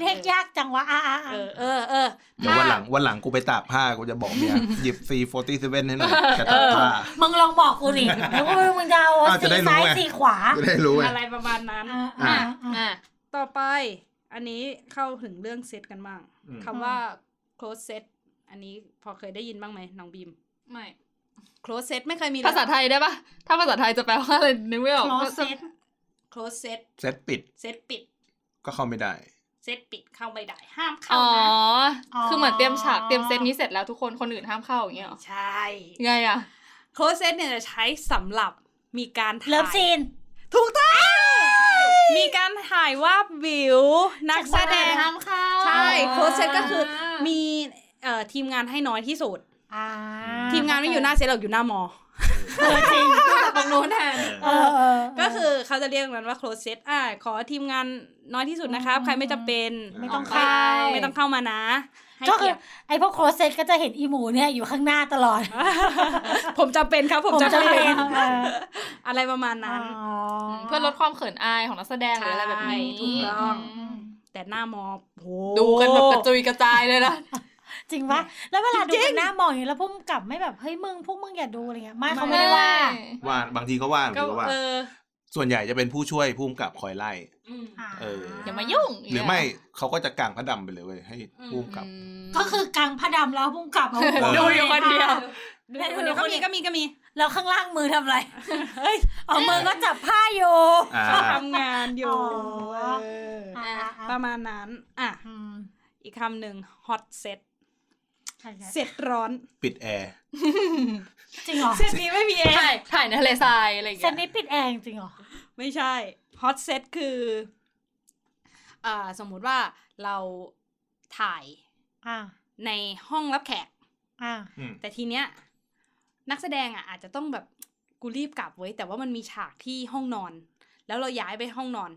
เลขยากจังวะอ่าอ่า เออเออเออ เดี๋ยววันหลังวันหลังกูไปตากผ้ากูจะบอกเมียหยิบ C47 ให้หน่อยจะตากผ้า มึงลองบอกกูดิแล้วกูมึงจะเอา อ้าว สี จะได้รู้ ซ้าย ไง สีขวา จะได้รู้ไง อะไรประมาณนั้น อ่าอ่าอ่า อ่ะ ต่อไปอันนี้เข้าถึงเรื่องเซตกันบ้าง อืม คำว่า close set อันนี้พอเคยได้ยินบ้างไหมน้องบีม ไม่ close set ไม่เคยมี ภาษาไทยได้ปะถ้าภาษาไทยจะแปลว่าอะไรนึกไม่ออก close set c l o s e set เซตปิด เซตปิด ก็เข้าไม่ได้ เซตปิดเข้าไม่ได้ ห้ามเข้า อ๋อ นะ คือเหมือนเตรียมฉากเตรียมเซตนี้เสร็จแล้วทุกคนคนอื่นห้ามเข้าอย่างเงี้ยเหรอ ใช่ ไงอ่ะ close set เนี่ยจะใช้สำหรับมีการถ่าย เลิฟซีน ถูกต้องมีการถ่ายว่าวิว นักแสดง ห้ามเข้า ใช่ close set ก็คือ อ่า มีเอ่อทีมงานให้น้อยที่สุด อ่า ทีมงานไม่อยู่หน้าเซตหรอกอยู่หน้ามอ เออจริง ตรงนู้นแทน เออเออ ก็คือเขาจะเรียกมันว่า close set อ่าขอทีมงานน้อยที่สุดนะครับ อืม ใครไม่จำเป็น ไม่ต้องเข้า ไม่ต้องเข้ามานะให้ ก็คือ เกียรติ ไอพวกโครเซตก็จะเห็นอีหมูเนี่ยอยู่ข้างหน้าตลอด ผมจำเป็นครับ ผมจำ ผมจำเป็ เป็น น อะไรประมาณนั้น อ๋อ เพื่อลดความเขินอายของนักแสดงหรืออะไรแบบนี้ ใช่ถูกต้อง อืม แต่หน้ามอโห ดูกันแบบกระจุยกระจายเลยนะ จริงปะแล้วเวลาดูหน้ามองอย่างเงี้ยแล้วพวกมึงกลับไม่แบบเฮ้ยมึงพวกมึงอย่าดูอะไรเงี้ยไม่เขาไม่ได้ว่า ว่านบางทีก็ว่านบาง ก็ ทีก็ว่าน เออ ส่วนใหญ่จะเป็นผู้ช่วยผู้กำกับคอยไล่ อืม เออ อย่ามายุ่ง หรือไม่เขาก็จะกางพระดำไปเลยเว้ยให้ผู้กำกับ อืม ก็คือกางผ้าดำแล้วพุ่งกลับเอาหัว ดูอยู่คนเดียว ดูคนเดียวก็มีก็มีก็มี แล้วข้างล่างมือทำอะไรเอามือก็จับผ้าอยู่ อ่า ทำงานอยู่ อ๋อ เออ อ่าอ่า ป อ่า ระมาณนั้น อ่ะ อืม อีกคำหนึ่ง hot set ใช่ใช่ เสร็จร้อน ปิดแอร์ จริงเหรอ เสร็จนี้ไม่มีเอง ถ่ายถ่ายในทะเลทรายอะไรอย่าง เซ เงี้ น ย นี้ปิดแอร์จริงเหรอ ไม่ใช่ hot set คืออ่าสมมุติว่าเราถ่าย อ่า ในห้องรับแขก อ่า แต่ทีเนี้ยนักแสดงอ่ะอาจจะต้องแบบกูรีบกลับเว้ยแต่ว่ามันมีฉากที่ห้องนอน แล้วเราย้ายไปห้องนอน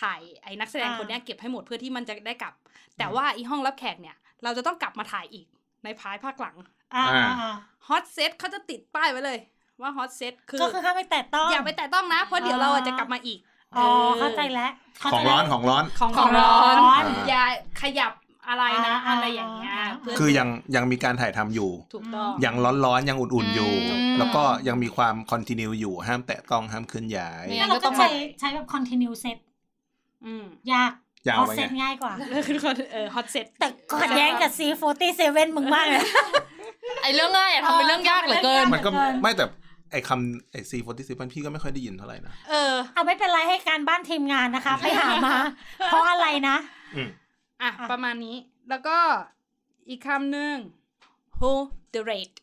ถ่ายไอ้นักแสดง อ่า คนเนี้ยเก็บให้หมดเพื่อที่มันจะได้กลับ แต่ว่าไอีห้องรับแขกเนี่ย เราจะต้องกลับมาถ่ายอีกในภายภาคหลัง อ่าอ่าอ่า ฮอตเซตเขาจะติดป้ายไว้เลยว่าฮอตเซตคือ ก็คือห้ามไปแตะต้อง อย่าไปแตะต้องนะเพราะเดี๋ยวเราอ่ะจะกลับมาอีก อ๋อ ออ เข้าใจแล้วเข้า ของ ใจแล้ว ร้อนของร้อน ของ ของร้อน ร้ อ่า อย่าขยับอะไรนะ อ่า อะไรอย่างเงี้ย อ่า เพื่ คือยังยังมีการถ่ายทำอยู่ ถูกต้อง ยังร้อนๆ ยังอุ่นๆ อยู่ ม แล้วก็ยังมีความคอนติเนียอยู่ ห้ามแตะต้องห้ามเคลื่อนย้าย เนี่ งั้นเรา ก็ต้ ก็ อง ใช้ใช้แบบ continue set อืม ยาก ยาว เพราะ ไป เซต ไง ง่ายกว่า คือคนเออฮอตเซต แต่ก็ขัดแย้งกับ C47 มึงมากเลย ไอเรื่องง่ายอะทำเป็นเรื่องยากเหลือเกิน เออ มันก็ เกิน ไม่แต่ไอ้คำไอ้ C47 พี่ก็ไม่ค่อยได้ยินเท่าไหร่นะ เออ เอาไม่เป็นไรให้การบ้านทีมงานนะคะ ไปหามา เพราะอะไรนะ อืม อ่ะ อ่ะ ประมาณนี้ แล้วก็อีกคำหนึ่ง hold the rate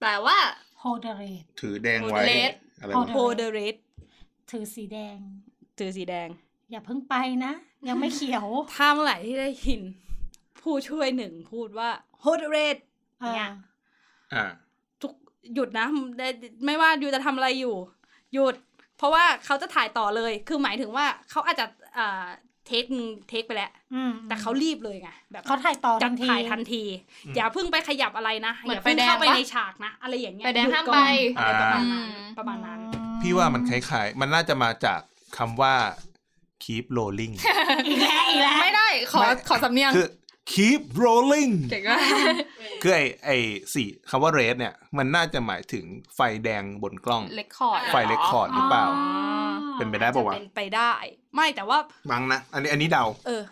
แต่ว่า hold the rate ถือแดงไว้ Hold the red อะไร เอ วะ the hold rate the rate ถือสีแดง ถือสีแดง อย่าเพิ่งไปนะ ยังไม่เขียว ถ้าเมื่อไหร่ที่ได้ยิน ผู้ช่วยหนึ่งพูดว่า hold rate เออ เนี่ย อ่า ทุกหยุดนะได้ไม่ว่ายูจะทำอะไรอยู่ หยุด เพราะว่าเขาจะถ่ายต่อเลย คือหมายถึงว่าเขาอาจจะเทคเทคไปแล้ว อืม แต่เขารีบเลยไงแบบ เขาถ่ายต่อ จั ทั ด นที ถ่ายทันที อืม อย่าเพิ่งไปขยับอะไรนะ เหมือน อย่าเพิ่งเข้าไป ไฟแดงปะ ในฉากนะ อะไรอย่างเงี้ย ไฟแดง ยุด ห้าม ก่อน ไป อะไรประมาณ อ่า นั้นประมาณนั้น อื พี่ว่ามันคล้ายๆ มันน่าจะมาจากคำว่า keep rolling อีกแล้วอีกแล้ว ไม่ได้ ขอ ไม่ ขอสำเนียง คือ keep rolling เก่งมาก คือไอ้ไอ้สี่คำว่า red เนี่ย มันน่าจะหมายถึงไฟแดงบนกล้อง เลคคอร์ด ไฟ record หรือเปล่า อ๋อ เป็นไปได้ปะวะ เป็นไปได้ ไม่แต่ว่า บังนะ อันนี้อันนี้เดา เออ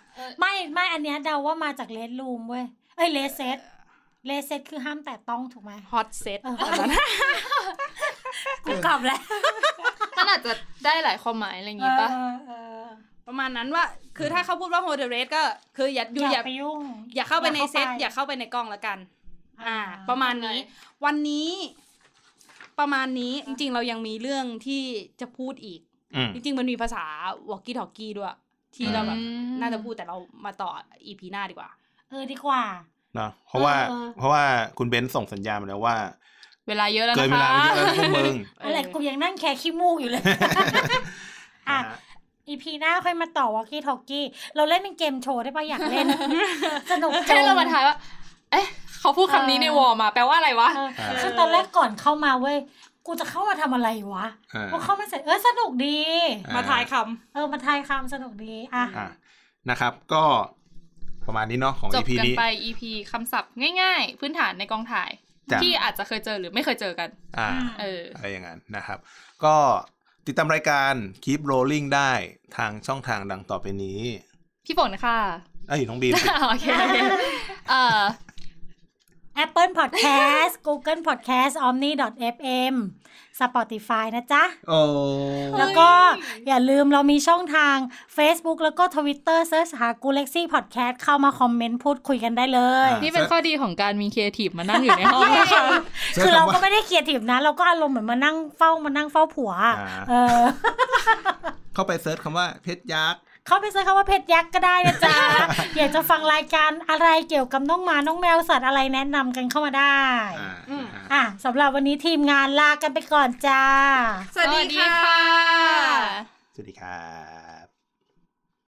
ไม่ไม่อันเนี้ยเดาว่ามาจากเลสรูมเว้ย เอ้ยเลสเซตเลสเซตคือห้ามแตะต้องถูกไหม ฮอตเซต เออ ตอนนั้น กูกลับแล้ว มันอาจจะได้หลายความหมายอะไรอย่างงี้ปะ เออเออ ประมาณนั้นว่า คือถ้าเขาพูดว่าโฮเดเรสก็คืออย่า อ ยูอย่า ย่าไปยุ่ง อย่าเข้าไปในเซต อย่าเข้าไป อย่าเข้าไปในกล้องแล้วกัน อ่า ประมาณนี้ ได้ วันนี้ ประมาณนี้จริงๆ เรายังมีเรื่องที่จะพูดอีก อืม จริงๆ มันมีภาษาวอกกี้ทอกกี้ด้วย ที่เราแบบ อืม น่าจะพูดแต่เรามาต่ออีพีหน้าดีกว่า เออดีกว่า เนาะเพราะว่า เออเออ เพราะว่าคุณเบนซ์ส่งสัญญาณมาแล้วว่า เวลาเยอะแล้ว เกิน นะ เวลา คะ ไปเยอะแล้วนะพวกมึง เอออ อะไรกูยังนั่งแค่ขี้มูกอยู่เลย อ่ะ นะฮะ อีพีหน้าค่อยมาต่อวอ l กี้ทอกกี้ เราเล่นเป็นเกมโชว์ได้ปะอยาก เล่น สนุกจัง แค่เรามาทายว่า เอ๊ะ เขาพูดคำนี้ใน เออ วอลมา แปลว่าอะไรวะ เออ อ่า คือตอนแรกก่อนเข้ามาเว้ย กูจะเข้ามาทำอะไรวะ อ่า พอเข้ามาเสร็จเออสนุกดี มาทายคำ เออมาทายคำสนุกดี อ่ะ อ่ะนะครับ ก็ประมาณนี้เนาะของ จบ EP กัน นี้ ไป EP คำศัพท์ง่ายๆ พื้นฐานในกองถ่าย จ้ะ ที่อาจจะเคยเจอหรือไม่เคยเจอกัน อ่า เออ อะไรอย่างนั้นนะครับ ก็ติดตามรายการ Keep Rolling ได้ทางช่องทางดังต่อไปนี้ พี่ฝนค่ะ เอ้ยน้องบีมสิ โอเคโอเคเออ Apple Podcast Google Podcast omni.fm Spotify นะจ๊ะ โอ้ แล้วก็อย่าลืมเรามีช่องทาง Facebook แล้วก็ Twitter เซิร์ชหา กูเล็กซี่พอดแคสต์เข้ามาคอมเมนต์พูดคุยกันได้เลย นี่เป็นข้อดีของการมีครีเอทีฟมานั่งอยู่ในห้องนะคะ คือเราก็ไม่ได้เคียร์ทีฟนะ เราก็อารมณ์เหมือนมานั่งเฝ้ามานั่งเฝ้าผัว อ่า เออ เข้าไปเซิร์ชคำว่าเพชรยักษ์ เข้าไปเซิร์ชคำว่าเพชรยักษ์ก็ได้นะ จ๊ะ อยากจะฟังรายการอะไรเกี่ยวกับน้องหมา น้องแมวสัตว์อะไรแนะนำกันเข้ามาได้ อ่านะฮะ อ่ะสำหรับวันนี้ทีมงานลากันไปก่อนจ้า สวัสดีค่ะ สวัสดีครับ